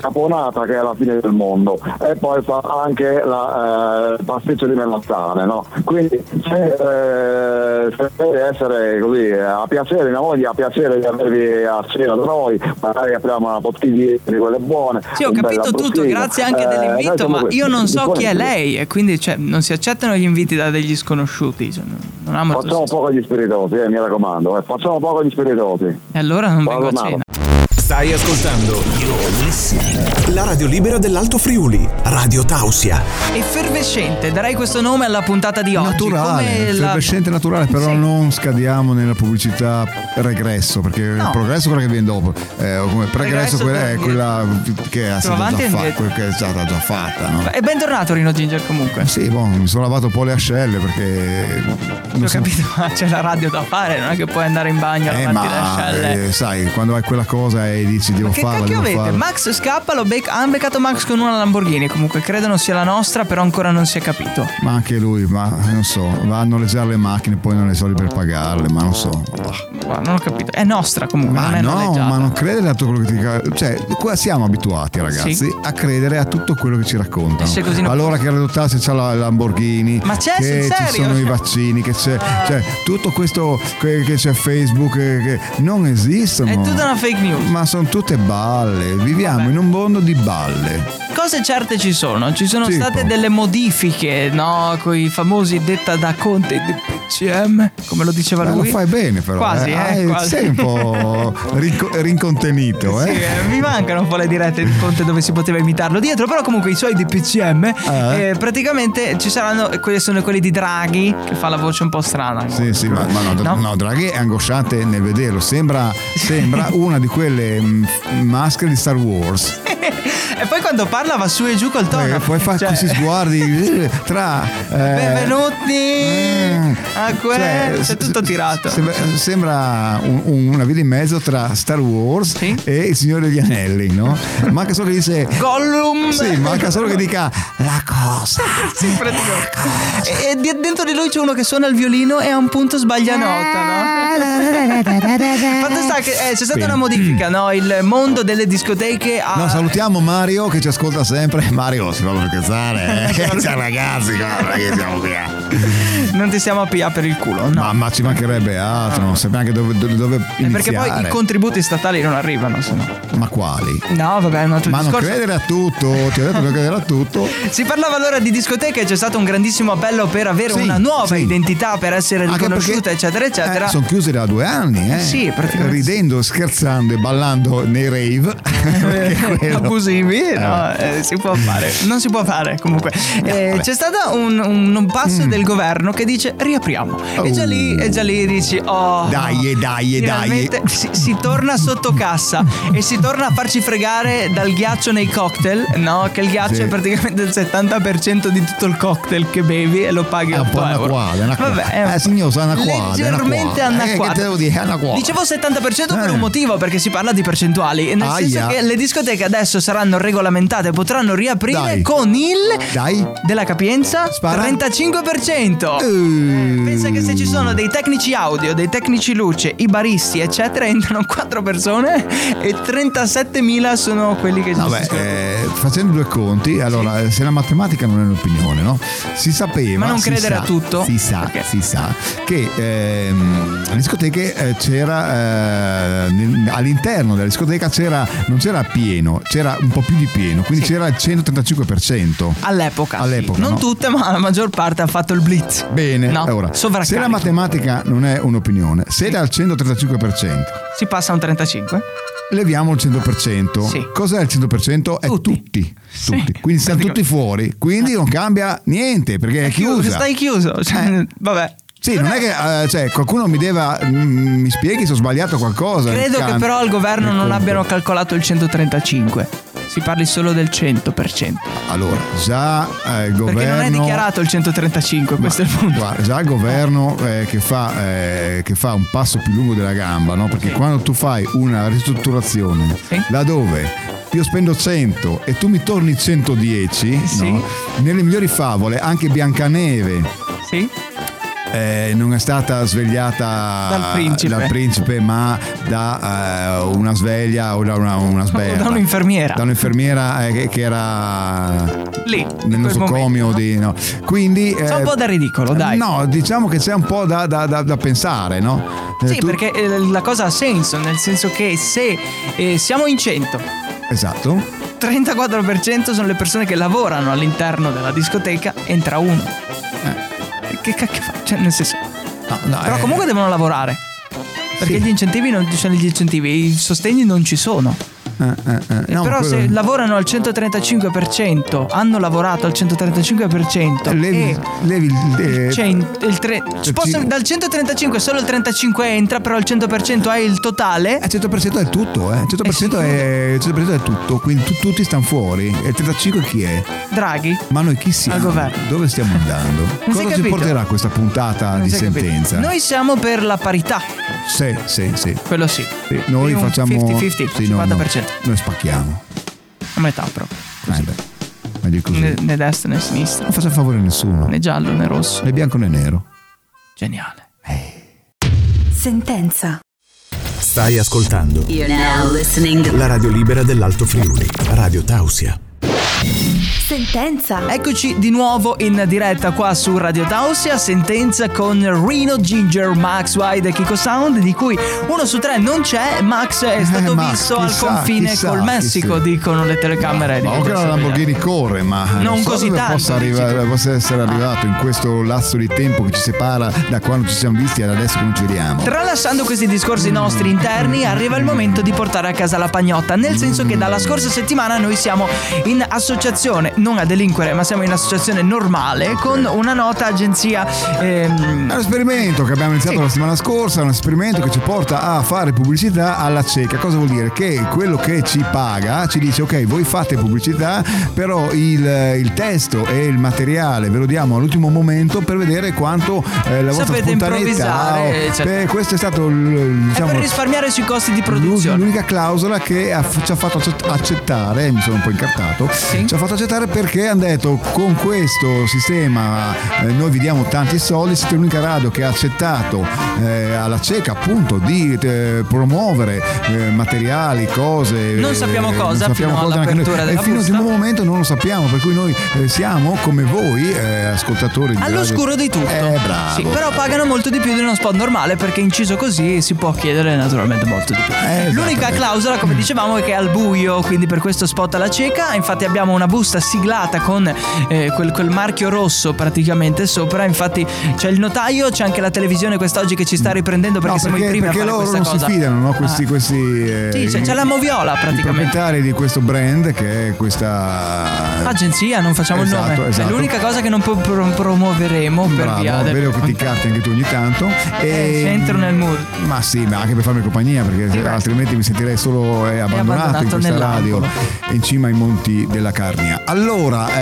[SPEAKER 6] caponata che è la fine del mondo e poi fa anche la eh, pasticcio di melanzane, no? Quindi se, eh, se deve essere così eh, a piacere, mia moglie ha piacere di avervi a cena da noi, magari apriamo una bottiglia di quelle buone.
[SPEAKER 2] Sì, ho
[SPEAKER 6] Ah, un bel
[SPEAKER 2] capito tutto,
[SPEAKER 6] abbruscino.
[SPEAKER 2] grazie anche
[SPEAKER 6] Eh, noi
[SPEAKER 2] dell'invito,
[SPEAKER 6] siamo
[SPEAKER 2] ma
[SPEAKER 6] qui.
[SPEAKER 2] io non so chi è
[SPEAKER 6] Disponibili.
[SPEAKER 2] lei e quindi cioè, non si accettano gli inviti da degli sconosciuti. cioè, non- non ha molto
[SPEAKER 6] Facciamo
[SPEAKER 2] senso.
[SPEAKER 6] poco gli spiritosi, eh, mi raccomando, eh, facciamo poco gli spiritosi.
[SPEAKER 2] E allora non vengo a
[SPEAKER 6] Paolo Maro.
[SPEAKER 2] cena.
[SPEAKER 5] Stai ascoltando la radio libera dell'Alto Friuli, Radio Tausia.
[SPEAKER 2] Effervescente, darei questo nome alla puntata di oggi. come
[SPEAKER 3] Naturale,
[SPEAKER 2] la-
[SPEAKER 3] effervescente naturale, però
[SPEAKER 2] Sì.
[SPEAKER 3] non scadiamo nella pubblicità regresso, perché il progresso è quella che viene dopo, eh, o come
[SPEAKER 2] Regresso
[SPEAKER 3] pregresso quella- è quella che è stata
[SPEAKER 2] avanti
[SPEAKER 3] già
[SPEAKER 2] e
[SPEAKER 3] fatta,
[SPEAKER 2] indietro.
[SPEAKER 3] che è stata già fatta, no?
[SPEAKER 2] E bentornato Rino Ginger comunque.
[SPEAKER 3] Sì, boh, mi sono lavato un po' le ascelle perché... non
[SPEAKER 2] Ho
[SPEAKER 3] so-
[SPEAKER 2] capito, ma c'è la radio da fare, non è che puoi andare in bagno a
[SPEAKER 3] Eh,
[SPEAKER 2] lavarti le
[SPEAKER 3] ma
[SPEAKER 2] ascelle.
[SPEAKER 3] eh, sai, quando hai quella cosa e dici devo
[SPEAKER 2] Che
[SPEAKER 3] farla,
[SPEAKER 2] cacchio
[SPEAKER 3] devo
[SPEAKER 2] avete?
[SPEAKER 3] farla.
[SPEAKER 2] Max scappa, lo bec- hanno beccato Max con una Lamborghini. Comunque credono sia la nostra, però ancora non si è capito.
[SPEAKER 3] Ma anche lui, ma non so, va a noleggiare le macchine, poi non ha i soldi per pagarle, ma non so.
[SPEAKER 2] Guarda, non ho capito. È nostra comunque, non
[SPEAKER 3] Ma
[SPEAKER 2] è
[SPEAKER 3] no,
[SPEAKER 2] noleggiata.
[SPEAKER 3] ma non credere a tutto quello che ti ca- Cioè, qua siamo abituati, ragazzi,
[SPEAKER 2] Sì.
[SPEAKER 3] a credere a tutto quello che ci raccontano.
[SPEAKER 2] E se così non-
[SPEAKER 3] Allora che realtà se c'è la Lamborghini,
[SPEAKER 2] Ma c'è, sul
[SPEAKER 3] che ci
[SPEAKER 2] serio?
[SPEAKER 3] sono i vaccini, che c'è. Cioè, tutto questo che, che c'è Facebook, eh, che, non esistono.
[SPEAKER 2] È tutta una fake news.
[SPEAKER 3] Ma sono tutte balle. Viviamo in un mondo di balle.
[SPEAKER 2] Cose certe ci sono. Ci sono
[SPEAKER 3] Tipo?
[SPEAKER 2] state delle modifiche, no? Con i famosi detta da Conte e DPCM, come lo diceva
[SPEAKER 3] Ma Eh, lo
[SPEAKER 2] lui.
[SPEAKER 3] fai bene, però.
[SPEAKER 2] Quasi, eh, quasi.
[SPEAKER 3] Sei
[SPEAKER 2] [laughs]
[SPEAKER 3] un po' rinco- rincontenito,
[SPEAKER 2] Sì,
[SPEAKER 3] eh.
[SPEAKER 2] eh, mi mancano un po' le dirette di Conte dove si poteva imitarlo dietro, però comunque i suoi DPCM eh, praticamente ci saranno, quelli sono quelli di Draghi che fa la voce un po' strana.
[SPEAKER 3] Sì, sì, ma, ma no,
[SPEAKER 2] No?
[SPEAKER 3] no, Draghi è angosciante nel vederlo. Sembra,
[SPEAKER 2] [laughs]
[SPEAKER 3] sembra una di quelle mm, maschere di Star Wars. Eh,
[SPEAKER 2] E poi quando parla va su e giù col tono.
[SPEAKER 3] Poi, poi fa
[SPEAKER 2] Cioè,
[SPEAKER 3] questi
[SPEAKER 2] [laughs]
[SPEAKER 3] sguardi eh, tra. eh, mm,
[SPEAKER 2] Benvenuti a
[SPEAKER 3] cioè,
[SPEAKER 2] questo. è
[SPEAKER 3] se-
[SPEAKER 2] ah, tutto tirato.
[SPEAKER 3] Sembra, sembra un- un- una via in mezzo tra Star Wars
[SPEAKER 2] Sì.
[SPEAKER 3] e Il Signore degli Anelli,
[SPEAKER 2] [laughs]
[SPEAKER 3] no? Manca solo che dice.
[SPEAKER 2] Gollum.
[SPEAKER 3] Sì, manca solo che dica la cosa.
[SPEAKER 2] Praticamente. E, e di- dentro di lui c'è uno che suona il violino e a un punto sbaglia nota,
[SPEAKER 3] [laughs]
[SPEAKER 2] no? Fatto sta che eh, c'è stata una modifica, no? Il mondo delle discoteche ha.
[SPEAKER 3] No, salutiamo Mario che ci ascolta sempre. Mario, si fa per scherzare.
[SPEAKER 2] [laughs]
[SPEAKER 3] eh? Ciao ragazzi, guarda che siamo qui. eh.
[SPEAKER 2] non ti siamo a PA per il culo, no?
[SPEAKER 3] Ma, ma ci mancherebbe altro, non sappiamo neanche dove, dove, dove
[SPEAKER 2] Eh, Perché poi i
[SPEAKER 3] iniziare.
[SPEAKER 2] contributi statali non arrivano, se no.
[SPEAKER 3] Ma quali?
[SPEAKER 2] No, vabbè, è un altro
[SPEAKER 3] Ma non
[SPEAKER 2] discorso.
[SPEAKER 3] credere a tutto, ti ho detto non credere
[SPEAKER 2] [laughs]
[SPEAKER 3] a tutto.
[SPEAKER 2] Si parlava allora di discoteche, c'è stato un grandissimo appello per avere
[SPEAKER 3] Sì,
[SPEAKER 2] una nuova
[SPEAKER 3] sì.
[SPEAKER 2] identità, per essere riconosciuta, eccetera, eccetera.
[SPEAKER 3] sono eh, chiuse da due anni, eh.
[SPEAKER 2] Sì, praticamente
[SPEAKER 3] Ridendo, scherzando e ballando nei rave.
[SPEAKER 2] [laughs]
[SPEAKER 3] [laughs] Perché quello-
[SPEAKER 2] eh, abusivi, no, eh, si può fare, non si può fare comunque. Eh, c'è stato un, un- un passo
[SPEAKER 3] Mm.
[SPEAKER 2] del governo che dice riapriamo. E già lì, e già lì dici, oh,
[SPEAKER 3] Dai, eh, dai, eh, dai.
[SPEAKER 2] finalmente Si, si torna sotto cassa e si torna a farci fregare dal ghiaccio nei cocktail, no? Che il ghiaccio
[SPEAKER 3] Sì.
[SPEAKER 2] è praticamente il 70% di tutto il cocktail che bevi e lo paghi
[SPEAKER 3] È un po'
[SPEAKER 2] 8 euro.
[SPEAKER 3] anacquale, anacquale.
[SPEAKER 2] Vabbè, è un-
[SPEAKER 3] Ah, Eh, signor, sono anacquale,
[SPEAKER 2] Leggermente
[SPEAKER 3] anacquale. Eh,
[SPEAKER 2] anacquale.
[SPEAKER 3] che te devo dire, anacquale.
[SPEAKER 2] Dicevo 70% per
[SPEAKER 3] Eh.
[SPEAKER 2] un motivo, perché si parla di percentuali. E Nel senso
[SPEAKER 3] Aia.
[SPEAKER 2] che le discoteche adesso saranno regolamentate, potranno riaprire
[SPEAKER 3] Dai.
[SPEAKER 2] con il
[SPEAKER 3] Dai.
[SPEAKER 2] della capienza
[SPEAKER 3] Spara.
[SPEAKER 2] 35%.
[SPEAKER 3] Eh.
[SPEAKER 2] Pensa che se ci sono dei tecnici audio, dei tecnici luce, i baristi, eccetera, entrano 4 persone e 37.000 sono quelli che
[SPEAKER 3] Vabbè,
[SPEAKER 2] gestiscono.
[SPEAKER 3] eh, facendo due conti, allora, se la matematica non è un'opinione, no? Si sapeva.
[SPEAKER 2] Ma non
[SPEAKER 3] si
[SPEAKER 2] credere
[SPEAKER 3] sa,
[SPEAKER 2] a tutto?
[SPEAKER 3] Si sa,
[SPEAKER 2] Ok.
[SPEAKER 3] si sa che ehm, le discoteche eh, c'era. eh, nel- all'interno della discoteca c'era. Non c'era pieno, c'era un po' più di pieno, quindi c'era il 135%.
[SPEAKER 2] Ah, All'epoca, sì.
[SPEAKER 3] All'epoca,
[SPEAKER 2] non
[SPEAKER 3] no?
[SPEAKER 2] tutte, ma la maggior parte ha fatto il blitz.
[SPEAKER 3] Bene,
[SPEAKER 2] no,
[SPEAKER 3] allora, se la
[SPEAKER 2] sovraccarico.
[SPEAKER 3] matematica non è un'opinione, se era al 135%,
[SPEAKER 2] si passa a un 35.
[SPEAKER 3] leviamo il 100%.
[SPEAKER 2] Sì.
[SPEAKER 3] Cos'è il 100%? È
[SPEAKER 2] Tutti.
[SPEAKER 3] tutti. tutti. Quindi siamo tutti fuori, quindi non cambia niente perché è chiusa. Eh.
[SPEAKER 2] Stai chiuso. cioè, [laughs] vabbè.
[SPEAKER 3] Sì, non è che eh, cioè, qualcuno mi deva mm, mi spieghi se ho sbagliato qualcosa.
[SPEAKER 2] Credo che
[SPEAKER 3] Can-
[SPEAKER 2] però al governo
[SPEAKER 3] nel
[SPEAKER 2] non
[SPEAKER 3] conto.
[SPEAKER 2] abbiano calcolato il 135. Si parli solo del 100%.
[SPEAKER 3] Allora, già eh, il governo
[SPEAKER 2] Perché non è dichiarato il 135, questo è il punto.
[SPEAKER 3] Guarda, già il governo eh, che, fa, eh, che fa un passo più lungo della gamba, no? perché quando tu fai una ristrutturazione
[SPEAKER 2] Sì.
[SPEAKER 3] laddove io spendo 100 e tu mi torni 110,
[SPEAKER 2] Eh, Sì.
[SPEAKER 3] no? nelle migliori favole anche Biancaneve
[SPEAKER 2] Sì?
[SPEAKER 3] eh, non è stata svegliata
[SPEAKER 2] Dal principe.
[SPEAKER 3] dal principe, ma da eh, una sveglia o da
[SPEAKER 2] [laughs]
[SPEAKER 3] una, una sveglia.
[SPEAKER 2] da un'infermiera.
[SPEAKER 3] Da un'infermiera eh, che, che era
[SPEAKER 2] Lì, in
[SPEAKER 3] nel
[SPEAKER 2] quel momento,
[SPEAKER 3] nosocomio
[SPEAKER 2] no?
[SPEAKER 3] di no. Quindi eh,
[SPEAKER 2] C'è un po' da ridicolo, dai.
[SPEAKER 3] No, diciamo che c'è un po' da, da- da- da pensare, no? Eh,
[SPEAKER 2] Sì,
[SPEAKER 3] tu-
[SPEAKER 2] perché eh, la cosa ha senso, nel senso che se eh, siamo in 100,
[SPEAKER 3] Esatto.
[SPEAKER 2] 34% sono le persone che lavorano all'interno della discoteca, entra uno.
[SPEAKER 3] Eh.
[SPEAKER 2] Che cacchio fa? Cioè, nel senso...
[SPEAKER 3] No, no,
[SPEAKER 2] Però
[SPEAKER 3] eh,
[SPEAKER 2] comunque devono lavorare. Perché
[SPEAKER 3] Sì.
[SPEAKER 2] gli incentivi non ci sono gli incentivi, i sostegni non ci sono.
[SPEAKER 3] eh, eh, eh, no,
[SPEAKER 2] Però
[SPEAKER 3] quello-
[SPEAKER 2] se lavorano al 135%, hanno lavorato al 135%
[SPEAKER 3] cioè, levi,
[SPEAKER 2] e
[SPEAKER 3] levi il- eh,
[SPEAKER 2] cento- il tre- possono- dal 135 solo il 35 entra, però il 100% è il totale.
[SPEAKER 3] Eh, 100% è tutto, eh. 100% è, 100% è tutto, quindi tu- tutti stanno fuori. E il 35 chi è?
[SPEAKER 2] Draghi.
[SPEAKER 3] Ma noi chi siamo?
[SPEAKER 2] Al governo.
[SPEAKER 3] Dove stiamo andando?
[SPEAKER 2] si è
[SPEAKER 3] Cosa ci
[SPEAKER 2] capito.
[SPEAKER 3] porterà questa puntata
[SPEAKER 2] non
[SPEAKER 3] di
[SPEAKER 2] si è capito.
[SPEAKER 3] sentenza?
[SPEAKER 2] Noi siamo per la parità,
[SPEAKER 3] Sì, sì, sì.
[SPEAKER 2] quello sì.
[SPEAKER 3] Sì, Noi
[SPEAKER 2] Un
[SPEAKER 3] facciamo
[SPEAKER 2] 50-50,
[SPEAKER 3] sì, no, no.
[SPEAKER 2] 50%.
[SPEAKER 3] Noi spacchiamo.
[SPEAKER 2] A metà proprio.
[SPEAKER 3] Eh, beh, meglio di così.
[SPEAKER 2] Né, né destra né sinistra,
[SPEAKER 3] Non facciamo favore a nessuno.
[SPEAKER 2] né giallo né rosso.
[SPEAKER 3] Né bianco né nero.
[SPEAKER 2] Geniale.
[SPEAKER 4] Sentenza.
[SPEAKER 5] Stai ascoltando la radio libera dell'Alto Friuli, Radio Tausia.
[SPEAKER 4] Sentenza.
[SPEAKER 2] Eccoci di nuovo in diretta qua su Radio Tausia, sentenza con Rino Ginger, Max Wide e Kiko Sound, di cui uno su tre non c'è, Max è stato
[SPEAKER 3] Eh, ma
[SPEAKER 2] visto
[SPEAKER 3] chissà,
[SPEAKER 2] al confine
[SPEAKER 3] chissà,
[SPEAKER 2] col Messico,
[SPEAKER 3] chissà.
[SPEAKER 2] dicono le telecamere.
[SPEAKER 3] Ma o che la Lamborghini corre, ma eh, non, so
[SPEAKER 2] così
[SPEAKER 3] dove
[SPEAKER 2] tanto,
[SPEAKER 3] possa,
[SPEAKER 2] dici
[SPEAKER 3] arrivare-
[SPEAKER 2] tu.
[SPEAKER 3] possa essere arrivato in questo lasso di tempo che ci separa da quando ci siamo visti ad adesso che non ci vediamo.
[SPEAKER 2] Tralasciando questi discorsi nostri interni, arriva il momento di portare a casa la pagnotta, nel senso che dalla scorsa settimana noi siamo in associazione, non a delinquere, ma siamo in associazione normale con una nota agenzia ehm,
[SPEAKER 3] È un esperimento che abbiamo iniziato
[SPEAKER 2] Sì.
[SPEAKER 3] la settimana scorsa, un esperimento che ci porta a fare pubblicità alla cieca. Cosa vuol dire? Che quello che ci paga ci dice ok, voi fate pubblicità, però il, il testo e il materiale ve lo diamo all'ultimo momento per vedere quanto eh, la vostra
[SPEAKER 2] Sapete
[SPEAKER 3] spontaneità.
[SPEAKER 2] improvvisare, eccetera.
[SPEAKER 3] Beh, questo è stato il-
[SPEAKER 2] è
[SPEAKER 3] diciamo,
[SPEAKER 2] per risparmiare sui costi di produzione.
[SPEAKER 3] L'unica clausola che ha- ci ha fatto accett- accettare, mi sono un po' incartato,
[SPEAKER 2] Sì.
[SPEAKER 3] ci ha fatto accettare perché hanno detto con questo sistema eh, noi vi diamo tanti soldi, siete l'unica radio che ha accettato eh, alla cieca appunto di eh, promuovere eh, materiali, cose.
[SPEAKER 2] Non
[SPEAKER 3] eh,
[SPEAKER 2] sappiamo cosa
[SPEAKER 3] non sappiamo
[SPEAKER 2] fino
[SPEAKER 3] cosa neanche noi.
[SPEAKER 2] all'apertura della
[SPEAKER 3] E fino
[SPEAKER 2] busta.
[SPEAKER 3] al momento non lo sappiamo, per cui noi eh, siamo come voi eh, ascoltatori di
[SPEAKER 2] All'oscuro
[SPEAKER 3] radio-
[SPEAKER 2] di tutto.
[SPEAKER 3] Eh, bravo.
[SPEAKER 2] Sì, però
[SPEAKER 3] bravo.
[SPEAKER 2] pagano molto di più di uno spot normale perché inciso così si può chiedere naturalmente molto di più.
[SPEAKER 3] Eh,
[SPEAKER 2] L'unica
[SPEAKER 3] esattamente. Mm.
[SPEAKER 2] clausola, come dicevamo, è che è al buio, quindi per questo spot alla cieca. Infatti abbiamo una busta siglata con eh, quel, quel marchio rosso praticamente sopra. Infatti c'è il notaio, c'è anche la televisione quest'oggi che ci sta riprendendo perché
[SPEAKER 3] No,
[SPEAKER 2] siamo i
[SPEAKER 3] perché,
[SPEAKER 2] primi a
[SPEAKER 3] perché
[SPEAKER 2] fare
[SPEAKER 3] loro
[SPEAKER 2] questa
[SPEAKER 3] non
[SPEAKER 2] cosa.
[SPEAKER 3] si fidano, no? Questi,
[SPEAKER 2] Ah.
[SPEAKER 3] questi eh,
[SPEAKER 2] Sì, c'è, c'è la moviola
[SPEAKER 3] i
[SPEAKER 2] praticamente.
[SPEAKER 3] proprietari di questo brand che è
[SPEAKER 2] Ah,
[SPEAKER 3] questa
[SPEAKER 2] Agenzia, non facciamo
[SPEAKER 3] Esatto,
[SPEAKER 2] il nome. È
[SPEAKER 3] esatto.
[SPEAKER 2] l'unica cosa che non pro- pro- promuoveremo per
[SPEAKER 3] Bravo,
[SPEAKER 2] via del.
[SPEAKER 3] vedo che ti incatti anche tu ogni tanto.
[SPEAKER 2] Eh, entro nel mood.
[SPEAKER 3] Ma sì, ma anche per farmi compagnia, perché
[SPEAKER 2] beh.
[SPEAKER 3] altrimenti mi sentirei solo eh, abbandonato, in
[SPEAKER 2] abbandonato
[SPEAKER 3] questa radio,
[SPEAKER 2] nell'angolo.
[SPEAKER 3] in cima ai monti della Carnia. Allora,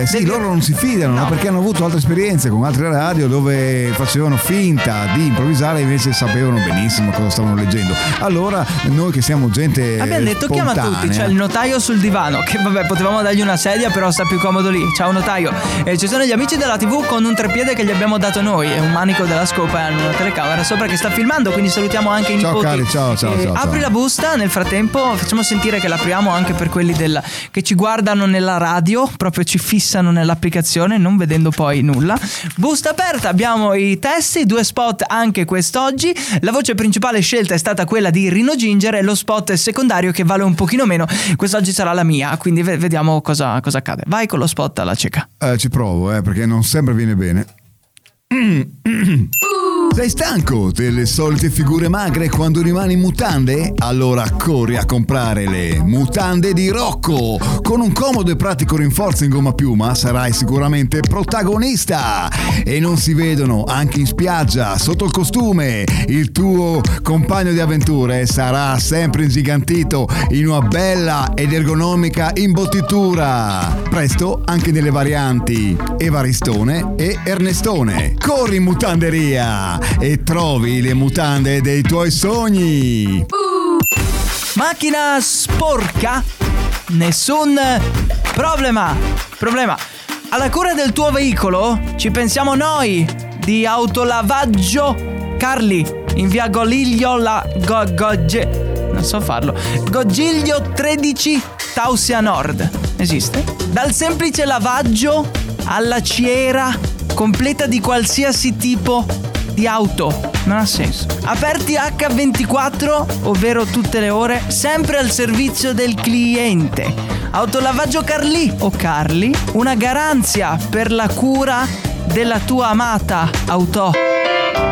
[SPEAKER 3] eh, sì,
[SPEAKER 2] Del-
[SPEAKER 3] loro non si fidano, no, perché hanno avuto altre esperienze con altre radio dove facevano finta di improvvisare, invece sapevano benissimo cosa stavano leggendo. Allora, noi che siamo gente. eh,
[SPEAKER 2] Abbiamo detto chiama tutti, c'è
[SPEAKER 3] spontanea,
[SPEAKER 2] il notaio sul divano, che vabbè potevamo dargli una sedia però sta più comodo lì, ciao notaio. E ci sono gli amici della tv con un trepiede che gli abbiamo dato noi e un manico della scopa e hanno una telecamera sopra che sta filmando, quindi salutiamo anche i
[SPEAKER 3] Ciao,
[SPEAKER 2] nipoti.
[SPEAKER 3] cari, ciao, ciao,
[SPEAKER 2] Eh,
[SPEAKER 3] ciao, ciao.
[SPEAKER 2] Apri la busta, nel frattempo facciamo sentire che l'apriamo anche per quelli della- che ci guardano nella radio, proprio ci fissano nell'applicazione non vedendo poi nulla. Busta aperta, abbiamo i testi, due spot anche quest'oggi. La voce principale scelta è stata quella di Rino Ginger e lo spot secondario che vale un pochino meno. Quest'oggi sarà la mia, quindi ve- vediamo cosa, cosa accade. Vai con lo spot alla cieca.
[SPEAKER 3] Eh, ci provo, eh, perché non sempre viene bene. [clears throat] Sei stanco delle solite figure magre quando rimani in mutande? Allora corri a comprare le mutande di Rocco! Con un comodo e pratico rinforzo in gomma piuma sarai sicuramente protagonista! E non si vedono anche in spiaggia, sotto il costume, il tuo compagno di avventure sarà sempre ingigantito in una bella ed ergonomica imbottitura! Presto anche nelle varianti Evaristone e Ernestone. Corri in mutanderia e trovi le mutande dei tuoi sogni!
[SPEAKER 2] Macchina sporca? Nessun problema. Problema. Alla cura del tuo veicolo ci pensiamo noi di autolavaggio Carli in via Goliglio la Go, Gogge, non so farlo. Gogiglio 13 Tausia Nord. Esiste? Dal semplice lavaggio alla ciera completa di qualsiasi tipo di auto. Non ha senso. Aperti H24, ovvero tutte le ore, sempre al servizio del cliente. Autolavaggio Carli o Carli, una garanzia per la cura della tua amata auto.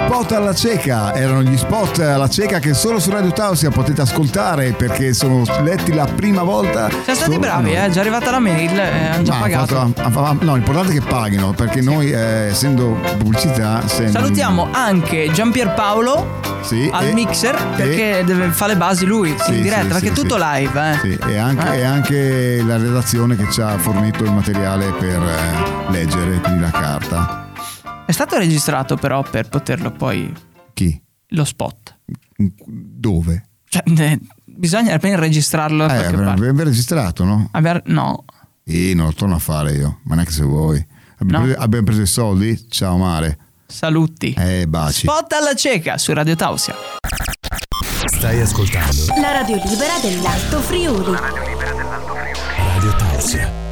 [SPEAKER 3] Spot alla cieca erano gli spot alla cieca che solo su Radio Tausia potete ascoltare perché sono letti la prima volta.
[SPEAKER 2] Siamo stati bravi, eh, è già arrivata la mail, eh, hanno già
[SPEAKER 3] Ma,
[SPEAKER 2] pagato.
[SPEAKER 3] fatto- ha- ha- no, l'importante è che paghino perché noi, eh, essendo pubblicità, se-
[SPEAKER 2] Salutiamo anche Gian Pierpaolo
[SPEAKER 3] Sì,
[SPEAKER 2] al
[SPEAKER 3] e-
[SPEAKER 2] mixer perché deve- fa le basi lui
[SPEAKER 3] Sì,
[SPEAKER 2] in diretta,
[SPEAKER 3] sì,
[SPEAKER 2] perché è
[SPEAKER 3] sì,
[SPEAKER 2] tutto
[SPEAKER 3] sì.
[SPEAKER 2] live. Eh.
[SPEAKER 3] Sì, e anche, e anche la redazione che ci ha fornito il materiale per eh, leggere, quindi la carta.
[SPEAKER 2] È stato registrato però per poterlo poi
[SPEAKER 3] Chi?
[SPEAKER 2] lo spot.
[SPEAKER 3] Dove?
[SPEAKER 2] Cioè, eh, bisogna appena registrarlo. da
[SPEAKER 3] Eh,
[SPEAKER 2] qualche
[SPEAKER 3] abbiamo
[SPEAKER 2] parte.
[SPEAKER 3] abbiamo registrato, no?
[SPEAKER 2] Abbiamo- no,
[SPEAKER 3] E non lo torno a fare io, ma neanche se vuoi. Abbiamo,
[SPEAKER 2] No.
[SPEAKER 3] preso, abbiamo preso i soldi? Ciao mare.
[SPEAKER 2] saluti.
[SPEAKER 3] Eh, baci.
[SPEAKER 2] Spot alla cieca su Radio Tausia.
[SPEAKER 5] Stai ascoltando
[SPEAKER 4] La radio libera dell'Alto Friuli.
[SPEAKER 5] Radio Tausia.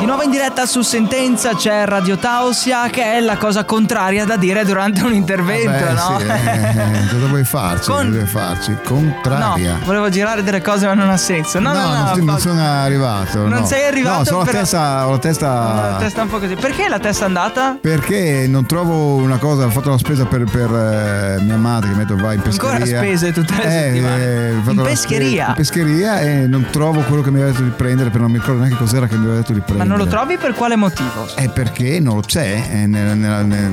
[SPEAKER 2] Di nuovo in diretta su Sentenza c'è Radio Tausia che è la cosa contraria da dire durante un intervento,
[SPEAKER 3] Vabbè,
[SPEAKER 2] no?
[SPEAKER 3] Eh
[SPEAKER 2] [laughs]
[SPEAKER 3] sì, eh, cosa vuoi farci?
[SPEAKER 2] Con-
[SPEAKER 3] Cosa vuoi farci?
[SPEAKER 2] No,
[SPEAKER 3] Contraria.
[SPEAKER 2] volevo girare delle cose ma non ha senso. No, no, no.
[SPEAKER 3] non,
[SPEAKER 2] fa-
[SPEAKER 3] non sono arrivato.
[SPEAKER 2] Non
[SPEAKER 3] no.
[SPEAKER 2] sei arrivato,
[SPEAKER 3] No, sono la
[SPEAKER 2] però-
[SPEAKER 3] testa, ho la testa.
[SPEAKER 2] La testa un po' così. Perché la testa è andata?
[SPEAKER 3] Perché non trovo una cosa, ho fatto la spesa per, per, eh, mia madre che metto vai in pescheria.
[SPEAKER 2] Ancora spese tutte le
[SPEAKER 3] Eh,
[SPEAKER 2] settimane.
[SPEAKER 3] eh, ho fatto
[SPEAKER 2] In
[SPEAKER 3] la
[SPEAKER 2] pescheria?
[SPEAKER 3] spe- In pescheria e non trovo quello che mi aveva detto di prendere, perché non mi ricordo neanche cos'era che mi aveva detto di
[SPEAKER 2] Ma
[SPEAKER 3] prendere.
[SPEAKER 2] non lo trovi per quale motivo?
[SPEAKER 3] È perché non lo c'è. eh, nella- nella- nel-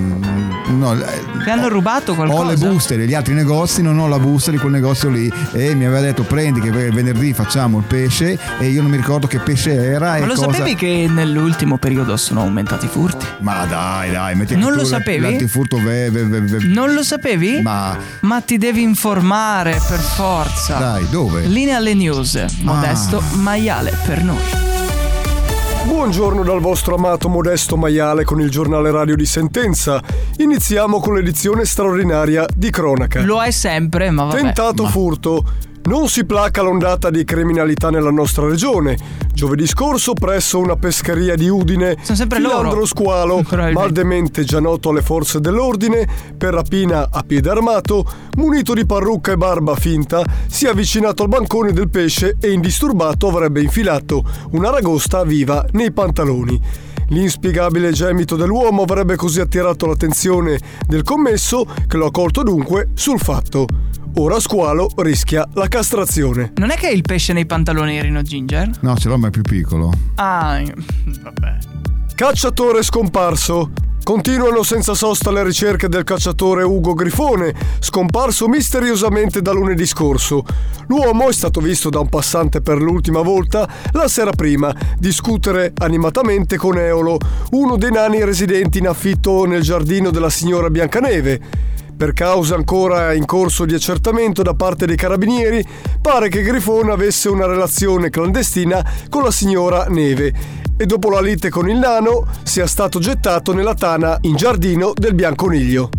[SPEAKER 3] no, eh,
[SPEAKER 2] Ti hanno rubato qualcosa?
[SPEAKER 3] ho le buste degli altri negozi, non ho la busta di quel negozio lì e mi aveva detto prendi che venerdì facciamo il pesce e io non mi ricordo che pesce era e
[SPEAKER 2] Ma lo
[SPEAKER 3] cosa...
[SPEAKER 2] sapevi che nell'ultimo periodo sono aumentati i furti?
[SPEAKER 3] Ma dai, dai, metti
[SPEAKER 2] Non
[SPEAKER 3] che
[SPEAKER 2] lo
[SPEAKER 3] tu la-
[SPEAKER 2] sapevi?
[SPEAKER 3] L'antifurto ve, ve, ve, ve-
[SPEAKER 2] Non lo sapevi?
[SPEAKER 3] Ma
[SPEAKER 2] Ma ti devi informare per forza.
[SPEAKER 3] dai, Ah. dove?
[SPEAKER 2] Linea alle news. Modesto maiale per noi.
[SPEAKER 7] Buongiorno dal vostro amato Modesto Maiale con il giornale radio di Sentenza. Iniziamo con l'edizione straordinaria di cronaca.
[SPEAKER 2] Lo è sempre, ma vabbè.
[SPEAKER 7] Tentato furto. Non si placa l'ondata di criminalità nella nostra regione. Giovedì scorso, presso una pescheria di Udine,
[SPEAKER 2] Sono sempre
[SPEAKER 7] Filandro
[SPEAKER 2] loro.
[SPEAKER 7] Squalo,
[SPEAKER 2] Probabilmente.
[SPEAKER 7] maldemente già noto alle forze dell'ordine, per rapina a piede armato, munito di parrucca e barba finta, si è avvicinato al bancone del pesce e indisturbato avrebbe infilato un'aragosta viva nei pantaloni. L'inspiegabile gemito dell'uomo avrebbe così attirato l'attenzione del commesso, che lo ha colto dunque sul fatto. Ora Squalo rischia la castrazione.
[SPEAKER 2] Non è che il pesce nei pantaloni Rino Ginger?
[SPEAKER 3] No, ce l'ho ma è più piccolo.
[SPEAKER 2] Ah, vabbè.
[SPEAKER 7] Cacciatore scomparso. Continuano senza sosta le ricerche del cacciatore Ugo Grifone, scomparso misteriosamente da lunedì scorso. L'uomo è stato visto da un passante per l'ultima volta la sera prima discutere animatamente con Eolo, uno dei nani residenti in affitto nel giardino della signora Biancaneve. Per causa ancora in corso di accertamento da parte dei carabinieri, pare che Grifone avesse una relazione clandestina con la signora Neve e dopo la lite con il nano sia stato gettato nella tana in giardino del Bianconiglio.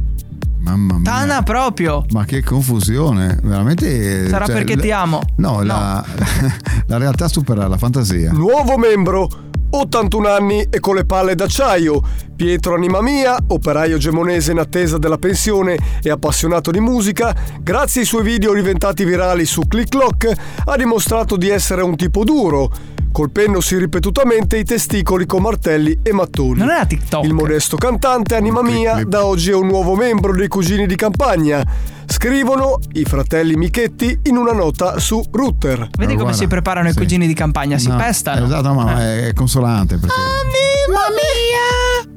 [SPEAKER 3] Mamma mia.
[SPEAKER 2] Tana proprio.
[SPEAKER 3] Ma che confusione, veramente. eh,
[SPEAKER 2] Sarà
[SPEAKER 3] cioè,
[SPEAKER 2] perché
[SPEAKER 3] la-
[SPEAKER 2] ti amo.
[SPEAKER 3] No, La, [laughs] la realtà supera la fantasia.
[SPEAKER 7] Nuovo membro, 81 anni e con le palle d'acciaio. Pietro Animamia, operaio gemonese in attesa della pensione e appassionato di musica, grazie ai suoi video diventati virali su Click Clock, ha dimostrato di essere un tipo duro, colpendosi ripetutamente i testicoli con martelli e mattoni.
[SPEAKER 2] Non era TikTok.
[SPEAKER 7] Il modesto cantante Anima Mia da oggi è un nuovo membro dei Cugini di Campagna. Scrivono i fratelli Michetti in una nota su Router.
[SPEAKER 2] Vedi come
[SPEAKER 3] Ah, Guarda,
[SPEAKER 2] si preparano i
[SPEAKER 3] sì.
[SPEAKER 2] cugini di campagna? Si
[SPEAKER 3] No,
[SPEAKER 2] pestano. Eh. Ah,
[SPEAKER 3] Esatto, no, ma è, è consolante perché.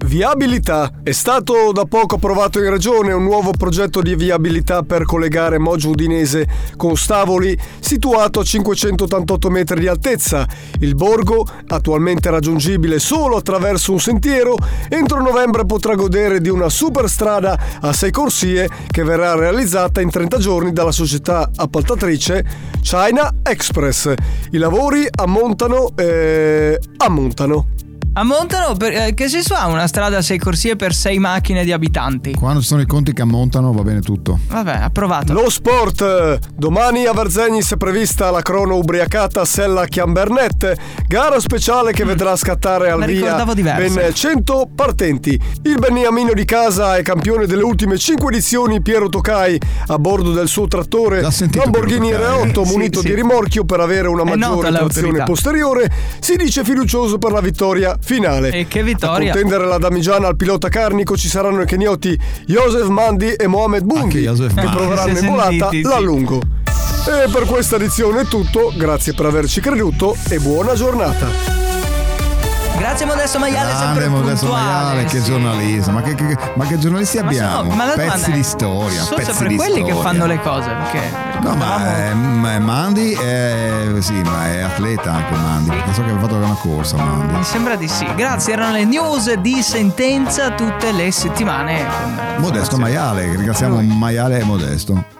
[SPEAKER 7] Viabilità. È stato da poco approvato in regione un nuovo progetto di viabilità per collegare Moggio Udinese con Stavoli, situato a 588 metri di altezza. Il borgo, attualmente raggiungibile solo attraverso un sentiero, entro novembre potrà godere di una superstrada a sei corsie che verrà realizzata in 30 giorni dalla società appaltatrice China Express. I lavori ammontano eh, ammontano
[SPEAKER 2] A Montano per- eh, che si fa una strada a sei corsie per sei macchine di abitanti.
[SPEAKER 3] Quando ci sono i conti che ammontano va bene tutto.
[SPEAKER 2] Vabbè, approvato.
[SPEAKER 7] Lo sport! Domani a Verzegnis è prevista la crono ubriacata Sella Chiambernette, gara speciale che vedrà scattare al
[SPEAKER 2] Me
[SPEAKER 7] via
[SPEAKER 2] Mm. ricordavo diverse.
[SPEAKER 7] ben 100 partenti. Il beniamino di casa e campione delle ultime 5 edizioni Piero Tocai a bordo del suo trattore
[SPEAKER 3] L'ha sentito
[SPEAKER 7] Lamborghini
[SPEAKER 3] Piero Toccai.
[SPEAKER 7] R8
[SPEAKER 2] Sì,
[SPEAKER 7] munito
[SPEAKER 2] sì.
[SPEAKER 7] di rimorchio per avere una
[SPEAKER 2] È noto
[SPEAKER 7] maggiore trazione
[SPEAKER 2] all'autorità.
[SPEAKER 7] posteriore, si dice fiducioso per la vittoria finale.
[SPEAKER 2] E che
[SPEAKER 7] A
[SPEAKER 2] vittoria.
[SPEAKER 7] contendere la damigiana al pilota carnico ci saranno i kenioti Josef Mandi e Mohamed
[SPEAKER 3] Anche
[SPEAKER 7] Bundi
[SPEAKER 3] Josef
[SPEAKER 7] che
[SPEAKER 3] Mandi.
[SPEAKER 7] proveranno
[SPEAKER 2] Si è
[SPEAKER 7] in volata
[SPEAKER 2] sentiti, sì.
[SPEAKER 7] la lungo. E per questa edizione è tutto, grazie per averci creduto e buona giornata.
[SPEAKER 2] Grazie Modesto Maiale, sempre
[SPEAKER 3] Grande Modesto
[SPEAKER 2] puntuale.
[SPEAKER 3] Maiale, che
[SPEAKER 2] Sì.
[SPEAKER 3] giornalista, ma che, che- ma che giornalisti
[SPEAKER 2] Ma sono-
[SPEAKER 3] abbiamo?
[SPEAKER 2] ma la domanda
[SPEAKER 3] pezzi
[SPEAKER 2] è,
[SPEAKER 3] di storia,
[SPEAKER 2] sono
[SPEAKER 3] pezzi
[SPEAKER 2] sempre
[SPEAKER 3] di
[SPEAKER 2] quelli
[SPEAKER 3] storia.
[SPEAKER 2] che fanno le cose, perché
[SPEAKER 3] No, ma eh, m- Mandy è, sì, ma è atleta anche Mandy, perché so che aveva fatto una corsa Mandy.
[SPEAKER 2] mi sembra di sì. Grazie, erano le news di sentenza tutte le settimane. con-
[SPEAKER 3] Modesto Maiale, che ringraziamo Maiale e Modesto.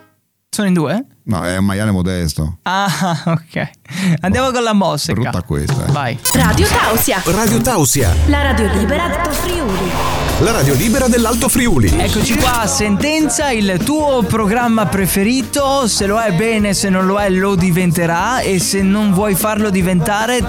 [SPEAKER 2] Sono in due?
[SPEAKER 3] No, è un maiale modesto.
[SPEAKER 2] Ah, [laughs] ok. Andiamo con la mossa.
[SPEAKER 3] Brutta questa. eh.
[SPEAKER 2] Vai.
[SPEAKER 4] Radio Tausia,
[SPEAKER 5] Radio Tausia,
[SPEAKER 4] la radio libera d'Alto Friuli.
[SPEAKER 5] la radio libera dell'Alto Friuli.
[SPEAKER 2] Eccoci qua, sentenza, il tuo programma preferito, se lo è bene, se non lo è lo diventerà e se non vuoi farlo diventare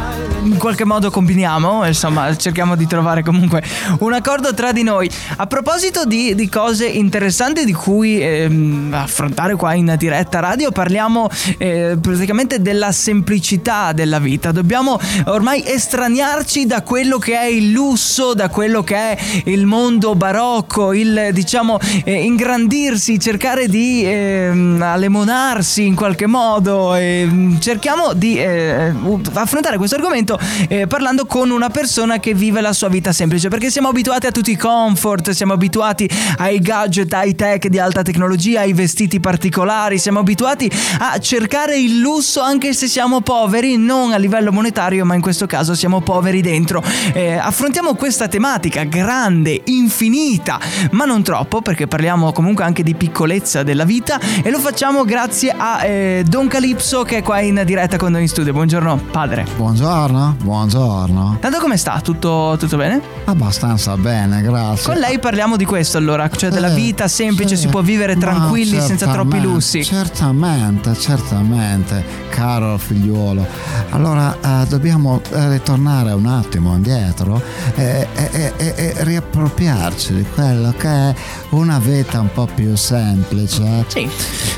[SPEAKER 2] in qualche modo combiniamo, insomma cerchiamo di trovare comunque un accordo tra di noi. A proposito di, di cose interessanti di cui ehm, affrontare qua in diretta radio, parliamo eh, praticamente della semplicità della vita, dobbiamo ormai estraniarci da quello che è il lusso, da quello che è il mondo barocco, il diciamo eh, ingrandirsi, cercare di ehm, allemonarsi in qualche modo. ehm, cerchiamo di eh, affrontare questo argomento eh, parlando con una persona che vive la sua vita semplice, perché siamo abituati a tutti i comfort, siamo abituati ai gadget, ai tech di alta tecnologia, ai vestiti particolari, siamo abituati a cercare il lusso anche se siamo poveri, non a livello monetario, ma in questo caso siamo poveri dentro. Eh, affrontiamo questa tematica grande, infinita, ma non troppo, perché parliamo comunque anche di piccolezza della vita e lo facciamo grazie a eh, Don Calipso che è qua in diretta con noi in studio. Buongiorno, padre.
[SPEAKER 3] Buongiorno, buongiorno.
[SPEAKER 2] Tanto come sta? Tutto, tutto bene?
[SPEAKER 3] Abbastanza bene, grazie.
[SPEAKER 2] Con lei parliamo di questo allora, cioè della
[SPEAKER 3] Sì,
[SPEAKER 2] vita semplice,
[SPEAKER 3] Eh, sì. certo,
[SPEAKER 2] si può vivere
[SPEAKER 3] Ma
[SPEAKER 2] tranquilli senza troppi
[SPEAKER 3] certamente,
[SPEAKER 2] lussi.
[SPEAKER 3] Certamente, certamente, caro figliuolo. Allora eh, dobbiamo eh, ritornare un attimo indietro eh, e, e- e- e riappropriarci di quello che è una vita un po' più semplice.
[SPEAKER 2] Sì.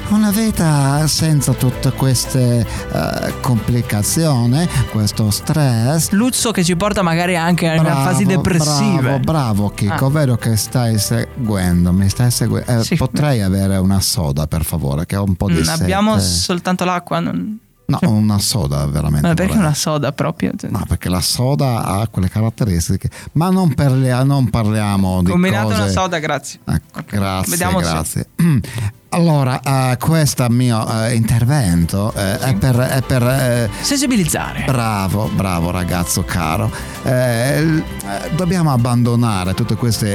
[SPEAKER 3] Una vita senza tutte queste eh, complicazioni, questo stress,
[SPEAKER 2] Luzzo che ci porta magari anche a
[SPEAKER 3] Bravo,
[SPEAKER 2] fasi depressive.
[SPEAKER 3] Bravo, bravo Chico,
[SPEAKER 2] Ah.
[SPEAKER 3] vedo che stai seguendo, mi stai seguendo. Eh,
[SPEAKER 2] Sì.
[SPEAKER 3] Potrei avere una soda, per favore, che ho un po' di
[SPEAKER 2] Mm,
[SPEAKER 3] sete.
[SPEAKER 2] abbiamo soltanto l'acqua. Non...
[SPEAKER 3] [laughs] No, una soda veramente.
[SPEAKER 2] Ma perché
[SPEAKER 3] vorrei.
[SPEAKER 2] una soda proprio? Cioè,
[SPEAKER 3] No, perché la soda ha quelle caratteristiche, ma non, parlia- non parliamo di
[SPEAKER 2] Combinate
[SPEAKER 3] cose...
[SPEAKER 2] una soda, grazie.
[SPEAKER 3] Ecco, grazie,
[SPEAKER 2] Vediamo se-
[SPEAKER 3] grazie. [clears throat] Allora, eh, questo mio eh, intervento eh, è per, è per, eh,
[SPEAKER 2] Sensibilizzare.
[SPEAKER 3] Bravo, bravo ragazzo caro. Eh, l- eh, dobbiamo abbandonare eh, tutti questi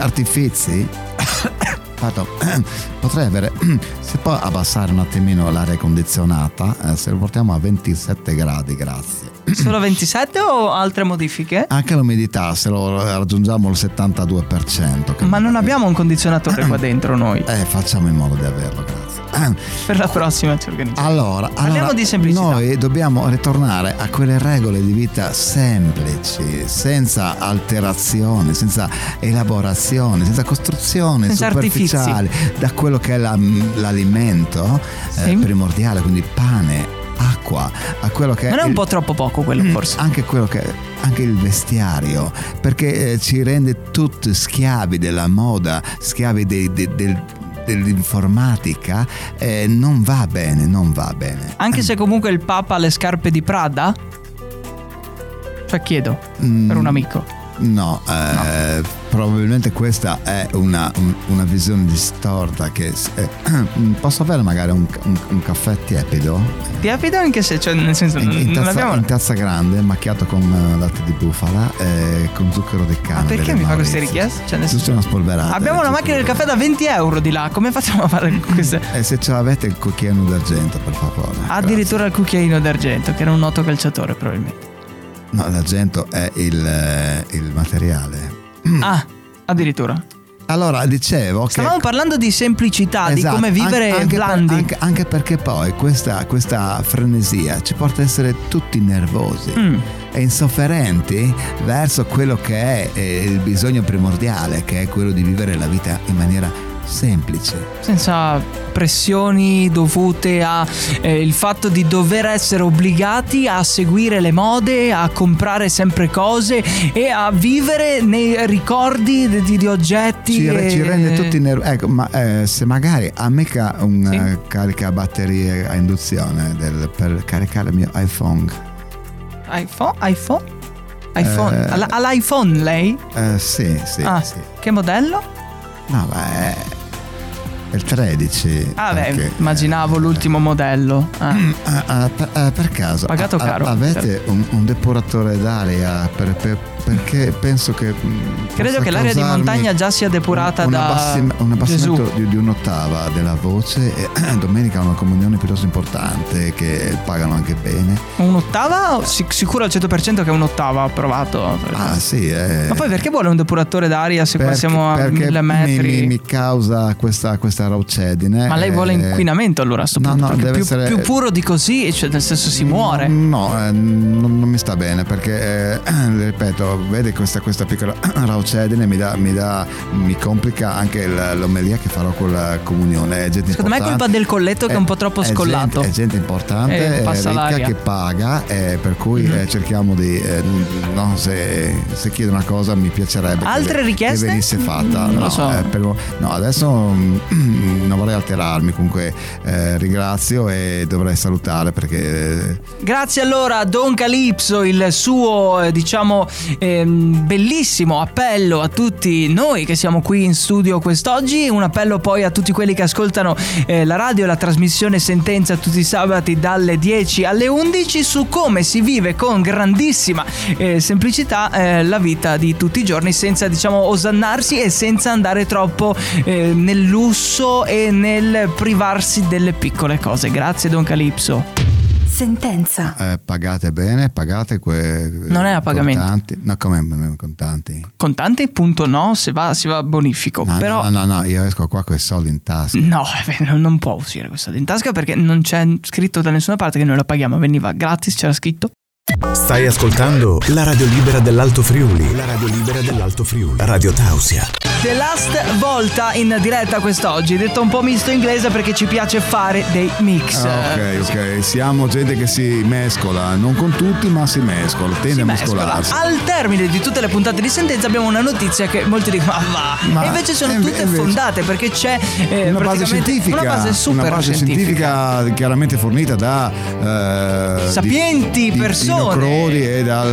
[SPEAKER 3] artifici. [coughs] Pardon. [coughs] Potrei avere. [coughs] Se può abbassare un attimino l'aria condizionata, eh, se lo portiamo a 27 gradi, grazie.
[SPEAKER 2] Solo 27 o altre modifiche?
[SPEAKER 3] Anche l'umidità, se lo raggiungiamo il 72%. che-
[SPEAKER 2] Ma non abbiamo un
[SPEAKER 3] [coughs]
[SPEAKER 2] condizionatore qua dentro noi.
[SPEAKER 3] Eh, facciamo in modo di averlo, grazie. [coughs]
[SPEAKER 2] Per la prossima ci organizziamo.
[SPEAKER 3] Allora,
[SPEAKER 2] Parliamo
[SPEAKER 3] allora,
[SPEAKER 2] di semplicità.
[SPEAKER 3] Noi dobbiamo ritornare a quelle regole di vita semplici, senza alterazioni, senza elaborazioni, senza costruzioni
[SPEAKER 2] Senza
[SPEAKER 3] superficiali, da quello che è la- l'alimento eh,
[SPEAKER 2] Sì.
[SPEAKER 3] primordiale, quindi pane, acqua, a quello che
[SPEAKER 2] Non è
[SPEAKER 3] Ah, il-
[SPEAKER 2] un po' troppo poco quello forse.
[SPEAKER 3] Mm. anche quello che anche il vestiario perché eh, ci rende tutti schiavi della moda schiavi dei- de- del- dell'informatica eh, non va bene non va bene
[SPEAKER 2] Anche se comunque il Papa ha le scarpe di Prada? Cioè chiedo,
[SPEAKER 3] Mm,
[SPEAKER 2] per un amico.
[SPEAKER 3] no, eh, probabilmente questa è una, un- una visione distorta che eh, [clears throat] posso avere magari un, un- un caffè tiepido
[SPEAKER 2] Ti affido anche se, cioè nel senso,
[SPEAKER 3] in,
[SPEAKER 2] non,
[SPEAKER 3] in
[SPEAKER 2] non
[SPEAKER 3] tazza,
[SPEAKER 2] abbiamo...
[SPEAKER 3] in tazza grande macchiato con eh, latte di bufala eh, con zucchero di canna
[SPEAKER 2] Ma perché
[SPEAKER 3] delle
[SPEAKER 2] mi fa queste
[SPEAKER 3] Mauritius.
[SPEAKER 2] richieste? Cioè, nel
[SPEAKER 3] Giusto
[SPEAKER 2] senso-
[SPEAKER 3] una spolverata.
[SPEAKER 2] Abbiamo una
[SPEAKER 3] Giusto
[SPEAKER 2] macchina del
[SPEAKER 3] per-
[SPEAKER 2] caffè da 20 euro di là, come facciamo a
[SPEAKER 3] Mm.
[SPEAKER 2] fare queste...
[SPEAKER 3] E se ce l'avete il cucchiaino d'argento, per favore.
[SPEAKER 2] Addirittura il cucchiaino d'argento, che era un noto calciatore probabilmente.
[SPEAKER 3] Grazie. No, l'argento è il, eh, il materiale.
[SPEAKER 2] Ah, addirittura.
[SPEAKER 3] Allora, dicevo che...
[SPEAKER 2] Stavamo parlando di semplicità, di
[SPEAKER 3] ecco. Esatto,
[SPEAKER 2] come vivere
[SPEAKER 3] anche, anche per-
[SPEAKER 2] blandi.
[SPEAKER 3] anche, anche perché poi questa, questa frenesia ci porta a essere tutti nervosi
[SPEAKER 2] Mm.
[SPEAKER 3] e insofferenti verso quello che è eh, il bisogno primordiale, che è quello di vivere la vita in maniera semplice.
[SPEAKER 2] senza pressioni dovute al fatto di dover essere obbligati a seguire le mode, a comprare sempre cose e a vivere nei ricordi di, di- di oggetti.
[SPEAKER 3] Ci, re-
[SPEAKER 2] e-
[SPEAKER 3] ci rende tutti nervosi. Ecco, ma eh, se magari a me ca- un
[SPEAKER 2] Sì.
[SPEAKER 3] eh, caricabatterie a induzione del- per caricare il mio iPhone,
[SPEAKER 2] iPhone? iPhone? iPhone.
[SPEAKER 3] Eh.
[SPEAKER 2] Alla- all'iPhone lei?
[SPEAKER 3] eh, sì, sì,
[SPEAKER 2] ah,
[SPEAKER 3] sì.
[SPEAKER 2] che modello?
[SPEAKER 3] No, ma è è il eh. 13.
[SPEAKER 2] Ah beh,
[SPEAKER 3] perché-
[SPEAKER 2] immaginavo l'ultimo modello. Ah.
[SPEAKER 3] Ah, ah, per, ah, per caso
[SPEAKER 2] Pagato
[SPEAKER 3] ah, ah,
[SPEAKER 2] caro. certo.
[SPEAKER 3] avete un, un depuratore d'aria per- per- perché penso che mm,
[SPEAKER 2] Credo
[SPEAKER 3] possa
[SPEAKER 2] che l'area di
[SPEAKER 3] causarmi
[SPEAKER 2] montagna già sia depurata
[SPEAKER 3] un, un
[SPEAKER 2] da
[SPEAKER 3] abbassim- un
[SPEAKER 2] Gesù.
[SPEAKER 3] abbassamento di, di un'ottava della voce e [clears throat] domenica ho una comunione piuttosto importante che pagano anche bene
[SPEAKER 2] Un'ottava? Sic- sicuro al 100% che è un'ottava, ho provato.
[SPEAKER 3] ah sì eh,
[SPEAKER 2] Certo. Ma poi perché vuole un depuratore d'aria se qua
[SPEAKER 3] perché-
[SPEAKER 2] siamo a
[SPEAKER 3] perché
[SPEAKER 2] mille metri?
[SPEAKER 3] mi, mi- mi causa questa, questa raucedine
[SPEAKER 2] Ma lei vuole
[SPEAKER 3] eh,
[SPEAKER 2] inquinamento allora a sto
[SPEAKER 3] no,
[SPEAKER 2] punto?
[SPEAKER 3] no,
[SPEAKER 2] perché
[SPEAKER 3] deve
[SPEAKER 2] più,
[SPEAKER 3] essere-
[SPEAKER 2] più puro di così, cioè nel senso si muore.
[SPEAKER 3] No, eh, non, non mi sta bene perché, eh, [clears throat] ripeto, vede questa, questa piccola [clears throat] raucedine mi, dà- mi, dà- mi complica anche il- l'omelia che farò con la comunione. È gente
[SPEAKER 2] Secondo me è
[SPEAKER 3] importante.
[SPEAKER 2] colpa del colletto che è un po' troppo
[SPEAKER 3] gente-
[SPEAKER 2] scollato.
[SPEAKER 3] è gente importante,
[SPEAKER 2] Eh,
[SPEAKER 3] eh,
[SPEAKER 2] passa
[SPEAKER 3] ricca
[SPEAKER 2] l'aria. Mhm.
[SPEAKER 3] che paga, eh, per cui eh, cerchiamo di... eh, no, se, se chiede una cosa mi piacerebbe che-
[SPEAKER 2] Altre
[SPEAKER 3] che,
[SPEAKER 2] richieste?
[SPEAKER 3] venisse fatta.
[SPEAKER 2] Non lo
[SPEAKER 3] no,
[SPEAKER 2] so.
[SPEAKER 3] eh, per- no, adesso mm, [clears throat] non vorrei alterarmi, comunque eh, ringrazio e dovrei salutare perché... eh,
[SPEAKER 2] Grazie allora a Don Calipso, il suo eh, diciamo ehm, bellissimo appello a tutti noi che siamo qui in studio quest'oggi, un appello poi a tutti quelli che ascoltano eh, la radio e la trasmissione Sentenza tutti i sabati dalle 10 alle 11 su come si vive con grandissima eh, semplicità eh, la vita di tutti i giorni senza diciamo osannarsi e senza andare troppo eh, nel lusso e nel privarsi delle piccole cose. Grazie Don Calipso.
[SPEAKER 4] Sentenza.
[SPEAKER 3] Eh, pagate bene, pagate que-
[SPEAKER 2] Non è a pagamento.
[SPEAKER 3] Contanti. No, come non è contanti?
[SPEAKER 2] Contanti punto no, se va, si va a bonifico,
[SPEAKER 3] No,
[SPEAKER 2] Oh, però
[SPEAKER 3] no, no, no, io esco qua con i soldi in tasca.
[SPEAKER 2] no, eh, beh, non può uscire questa in tasca perché non c'è scritto da nessuna parte che noi la paghiamo, veniva gratis, c'era scritto.
[SPEAKER 5] Stai ascoltando la radio libera dell'Alto Friuli. La radio libera dell'Alto Friuli. Radio Tausia.
[SPEAKER 2] The last volta in diretta quest'oggi, detto un po' misto inglese perché ci piace fare dei mix.
[SPEAKER 3] Ah, ok, ok, siamo gente che si mescola, non con tutti, ma si mescola, tende
[SPEAKER 2] Si
[SPEAKER 3] a
[SPEAKER 2] mescola.
[SPEAKER 3] mescolarsi.
[SPEAKER 2] Al termine di tutte le puntate di sentenza abbiamo una notizia che molti dicono "Ah, va.
[SPEAKER 3] Ma-
[SPEAKER 2] e invece sono
[SPEAKER 3] e inve-
[SPEAKER 2] tutte
[SPEAKER 3] invece-
[SPEAKER 2] fondate perché c'è eh,
[SPEAKER 3] una base
[SPEAKER 2] praticamente
[SPEAKER 3] scientifica,
[SPEAKER 2] una base super
[SPEAKER 3] una base scientifica chiaramente fornita da eh,
[SPEAKER 2] Sapienti
[SPEAKER 3] di- di
[SPEAKER 2] persone.
[SPEAKER 3] Tino Crodi e dal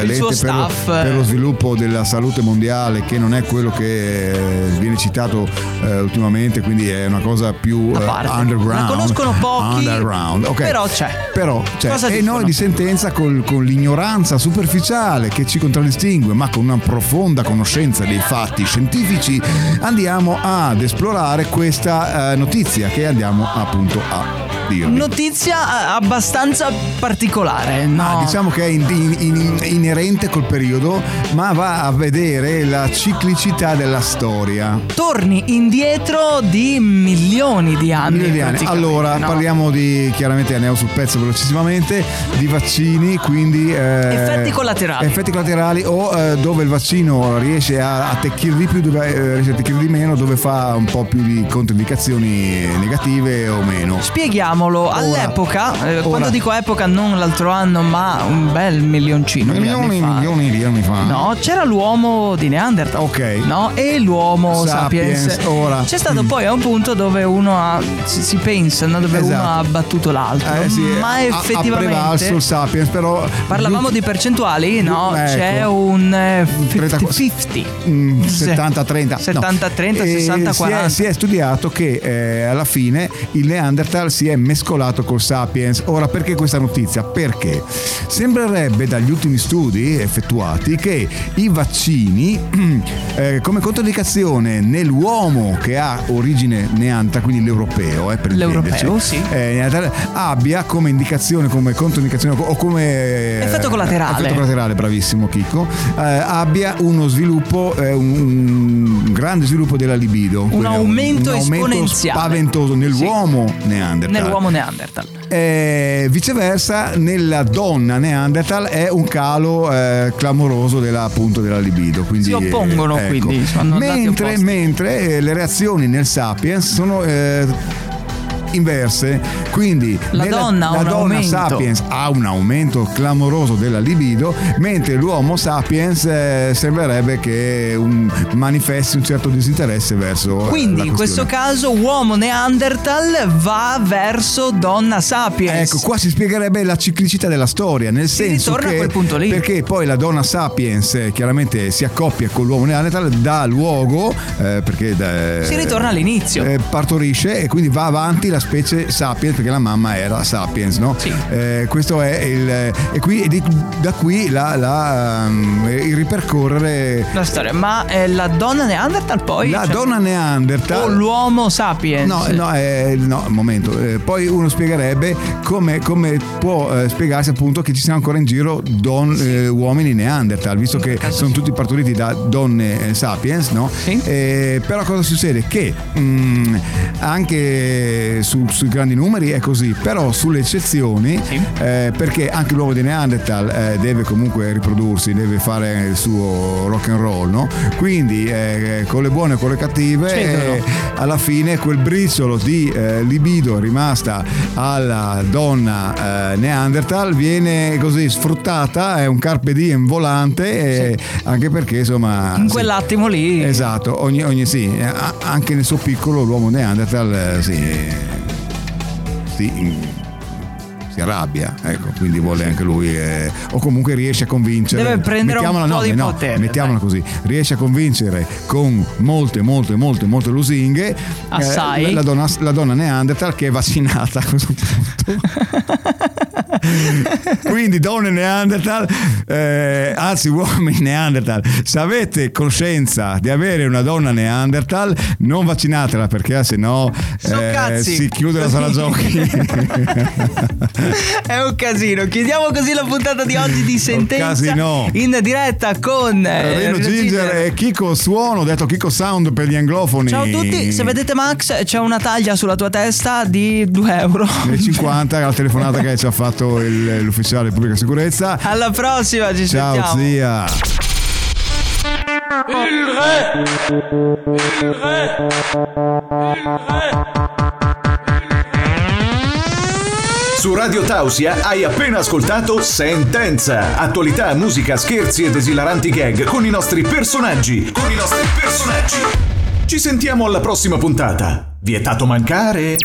[SPEAKER 3] eh,
[SPEAKER 2] Il suo
[SPEAKER 3] l'ente per, lo-
[SPEAKER 2] staff.
[SPEAKER 3] per lo sviluppo della salute mondiale che non è quello che eh, viene citato eh, ultimamente quindi è una cosa più
[SPEAKER 2] A
[SPEAKER 3] eh,
[SPEAKER 2] parte.
[SPEAKER 3] underground
[SPEAKER 2] La conoscono pochi,
[SPEAKER 3] underground ok.
[SPEAKER 2] però c'è.
[SPEAKER 3] Però c'è.
[SPEAKER 2] Cosa
[SPEAKER 3] e
[SPEAKER 2] dicono?
[SPEAKER 3] noi di sentenza col- con l'ignoranza superficiale che ci contraddistingue ma con una profonda conoscenza dei fatti scientifici andiamo ad esplorare questa eh, notizia che andiamo appunto a dirvi
[SPEAKER 2] Notizia eh, abbastanza particolare, no?
[SPEAKER 3] Ma diciamo che è in- in- in- inerente col periodo, ma va a vedere la ciclicità della storia.
[SPEAKER 2] torni indietro di milioni di anni.
[SPEAKER 3] Milioni di anni.
[SPEAKER 2] praticamente,
[SPEAKER 3] Allora,
[SPEAKER 2] no?
[SPEAKER 3] parliamo di chiaramente andiamo sul pezzo velocissimamente di vaccini, quindi eh,
[SPEAKER 2] Effetti collaterali.
[SPEAKER 3] effetti collaterali o eh, dove il vaccino riesce a attecchire di più, dove eh, riesce a attecchire di meno, dove fa un po' più di controindicazioni negative o meno.
[SPEAKER 2] Spieghiamolo, all'epoca, eh,
[SPEAKER 3] ora.
[SPEAKER 2] quando dico epoca non l'altro anno, ma un bel milioncino di anni
[SPEAKER 3] Milioni,
[SPEAKER 2] fa. eh.
[SPEAKER 3] milioni di anni fa.
[SPEAKER 2] No, c'era l'uomo di Neanderthal.
[SPEAKER 3] Ok.
[SPEAKER 2] No, e l'uomo sapiens.
[SPEAKER 3] Sapiens, ora. Mm.
[SPEAKER 2] C'è stato poi a un punto dove uno ha, si, si pensa, no? dove
[SPEAKER 3] Esatto.
[SPEAKER 2] uno ha battuto l'altro.
[SPEAKER 3] Eh sì,
[SPEAKER 2] ma
[SPEAKER 3] ha-
[SPEAKER 2] effettivamente...
[SPEAKER 3] Ha prevalso il Sapiens, però.
[SPEAKER 2] [laughs] Parlavamo di percentuali, no?
[SPEAKER 3] Ecco.
[SPEAKER 2] C'è un eh,
[SPEAKER 3] 30
[SPEAKER 2] 50-50.
[SPEAKER 3] Mm,
[SPEAKER 2] Se-
[SPEAKER 3] 70-30 no.
[SPEAKER 2] 70-30,
[SPEAKER 3] Eh, si è-
[SPEAKER 2] 60-40.
[SPEAKER 3] si, è studiato che eh, alla fine il Neanderthal si è mescolato col Sapiens. Ora, perché questa notizia? Perché sembrerebbe dagli ultimi studi effettuati che i vaccini [clears throat] eh, come controindicazione nell'uomo che ha origine neanta, quindi l'europeo, eh, per
[SPEAKER 2] L'europeo, sì.
[SPEAKER 3] eh, abbia come indicazione, come controindicazione o come...
[SPEAKER 2] Effetto collaterale.
[SPEAKER 3] Eh, Effetto collaterale, bravissimo Chicco, Eh, abbia uno sviluppo, eh, un, un, grande sviluppo della libido.
[SPEAKER 2] Un aumento, un, un aumento esponenziale.
[SPEAKER 3] Spaventoso nell'uomo sì. neanderthal.
[SPEAKER 2] Nell'uomo neanderthal.
[SPEAKER 3] Eh, viceversa nella donna neanderthal è un calo eh, clamoroso della, appunto, della libido quindi,
[SPEAKER 2] si oppongono
[SPEAKER 3] eh,
[SPEAKER 2] ecco. quindi
[SPEAKER 3] mentre, mentre eh, le reazioni nel sapiens sono eh, inverse. Quindi
[SPEAKER 2] la
[SPEAKER 3] nella,
[SPEAKER 2] donna,
[SPEAKER 3] la donna
[SPEAKER 2] aumento.
[SPEAKER 3] sapiens ha un aumento clamoroso della libido, mentre l'uomo sapiens eh, sembrerebbe che un, manifesti un certo disinteresse verso. eh,
[SPEAKER 2] Quindi in questo caso uomo neanderthal va verso donna sapiens.
[SPEAKER 3] Ecco, qua si spiegherebbe la ciclicità della storia, nel senso
[SPEAKER 2] che, a quel punto lì.
[SPEAKER 3] perché poi la donna sapiens eh, chiaramente si accoppia con l'uomo neanderthal, dà luogo eh, perché da,
[SPEAKER 2] si ritorna all'inizio.
[SPEAKER 3] Eh, partorisce e quindi va avanti la specie sapiens perché la mamma era sapiens no?
[SPEAKER 2] Sì.
[SPEAKER 3] Eh, questo è il eh, e qui, e di, da qui la, la, um, il ripercorrere
[SPEAKER 2] la storia ma eh, la donna neanderthal poi
[SPEAKER 3] la cioè... donna neanderthal
[SPEAKER 2] o l'uomo sapiens
[SPEAKER 3] no no, eh, no momento Eh, poi uno spiegherebbe come, come può eh, spiegarsi appunto che ci siano ancora in giro don, sì. uomini neanderthal visto in che sono sì. tutti partoriti da donne eh, sapiens no? Eh,
[SPEAKER 2] Sì.
[SPEAKER 3] però cosa succede che mh, anche su, sui grandi numeri è così, però sulle eccezioni, sì. eh, perché anche l'uomo di Neanderthal eh, deve comunque riprodursi, deve fare il suo rock and roll, no? Quindi eh, con le buone e con le cattive, Eh, alla fine quel briciolo di eh, libido rimasta alla donna eh, Neanderthal viene così sfruttata, è un carpe diem volante, sì. anche perché insomma...
[SPEAKER 2] In quell'attimo
[SPEAKER 3] ah, sì,
[SPEAKER 2] lì...
[SPEAKER 3] Esatto, ogni, ogni sì, anche nel suo piccolo l'uomo Neanderthal eh, sì, mm, si arrabbia, ecco, quindi vuole anche lui, eh, o comunque riesce a convincere.
[SPEAKER 2] Deve prendere
[SPEAKER 3] mettiamola,
[SPEAKER 2] un po'
[SPEAKER 3] no, eh,
[SPEAKER 2] di
[SPEAKER 3] no,
[SPEAKER 2] potere.
[SPEAKER 3] Mettiamola dai. così, riesce a convincere con molte, molte, molte, molte lusinghe
[SPEAKER 2] Assai.
[SPEAKER 3] Eh, la, donna, la donna Neanderthal che è vaccinata [laughs] a questo punto. [laughs] quindi donne neanderthal eh, anzi uomini neanderthal se avete coscienza di avere una donna neanderthal non vaccinatela perché se no eh, si chiude la
[SPEAKER 2] [laughs]
[SPEAKER 3] sala giochi
[SPEAKER 2] [laughs]
[SPEAKER 3] [laughs]
[SPEAKER 2] è un casino chiudiamo così la puntata di oggi
[SPEAKER 3] [laughs]
[SPEAKER 2] di sentenza in diretta con eh,
[SPEAKER 3] Reno, Reno Ginger e Kiko Suono detto Kiko Sound per gli anglofoni
[SPEAKER 2] ciao a tutti se vedete Max c'è una taglia sulla tua testa di 2 euro
[SPEAKER 3] 50 la telefonata che ci ha fatto il, l'ufficiale pubblica sicurezza.
[SPEAKER 2] [laughs] Alla prossima, ci
[SPEAKER 3] Ciao,
[SPEAKER 2] sentiamo.
[SPEAKER 3] zia.
[SPEAKER 8] Il re. Il re. Il re.
[SPEAKER 1] Su Radio Tausia hai appena ascoltato Sentenza. Attualità, musica, scherzi ed esilaranti gag con i nostri personaggi. Con i nostri personaggi. Ci sentiamo alla prossima puntata. Vietato mancare.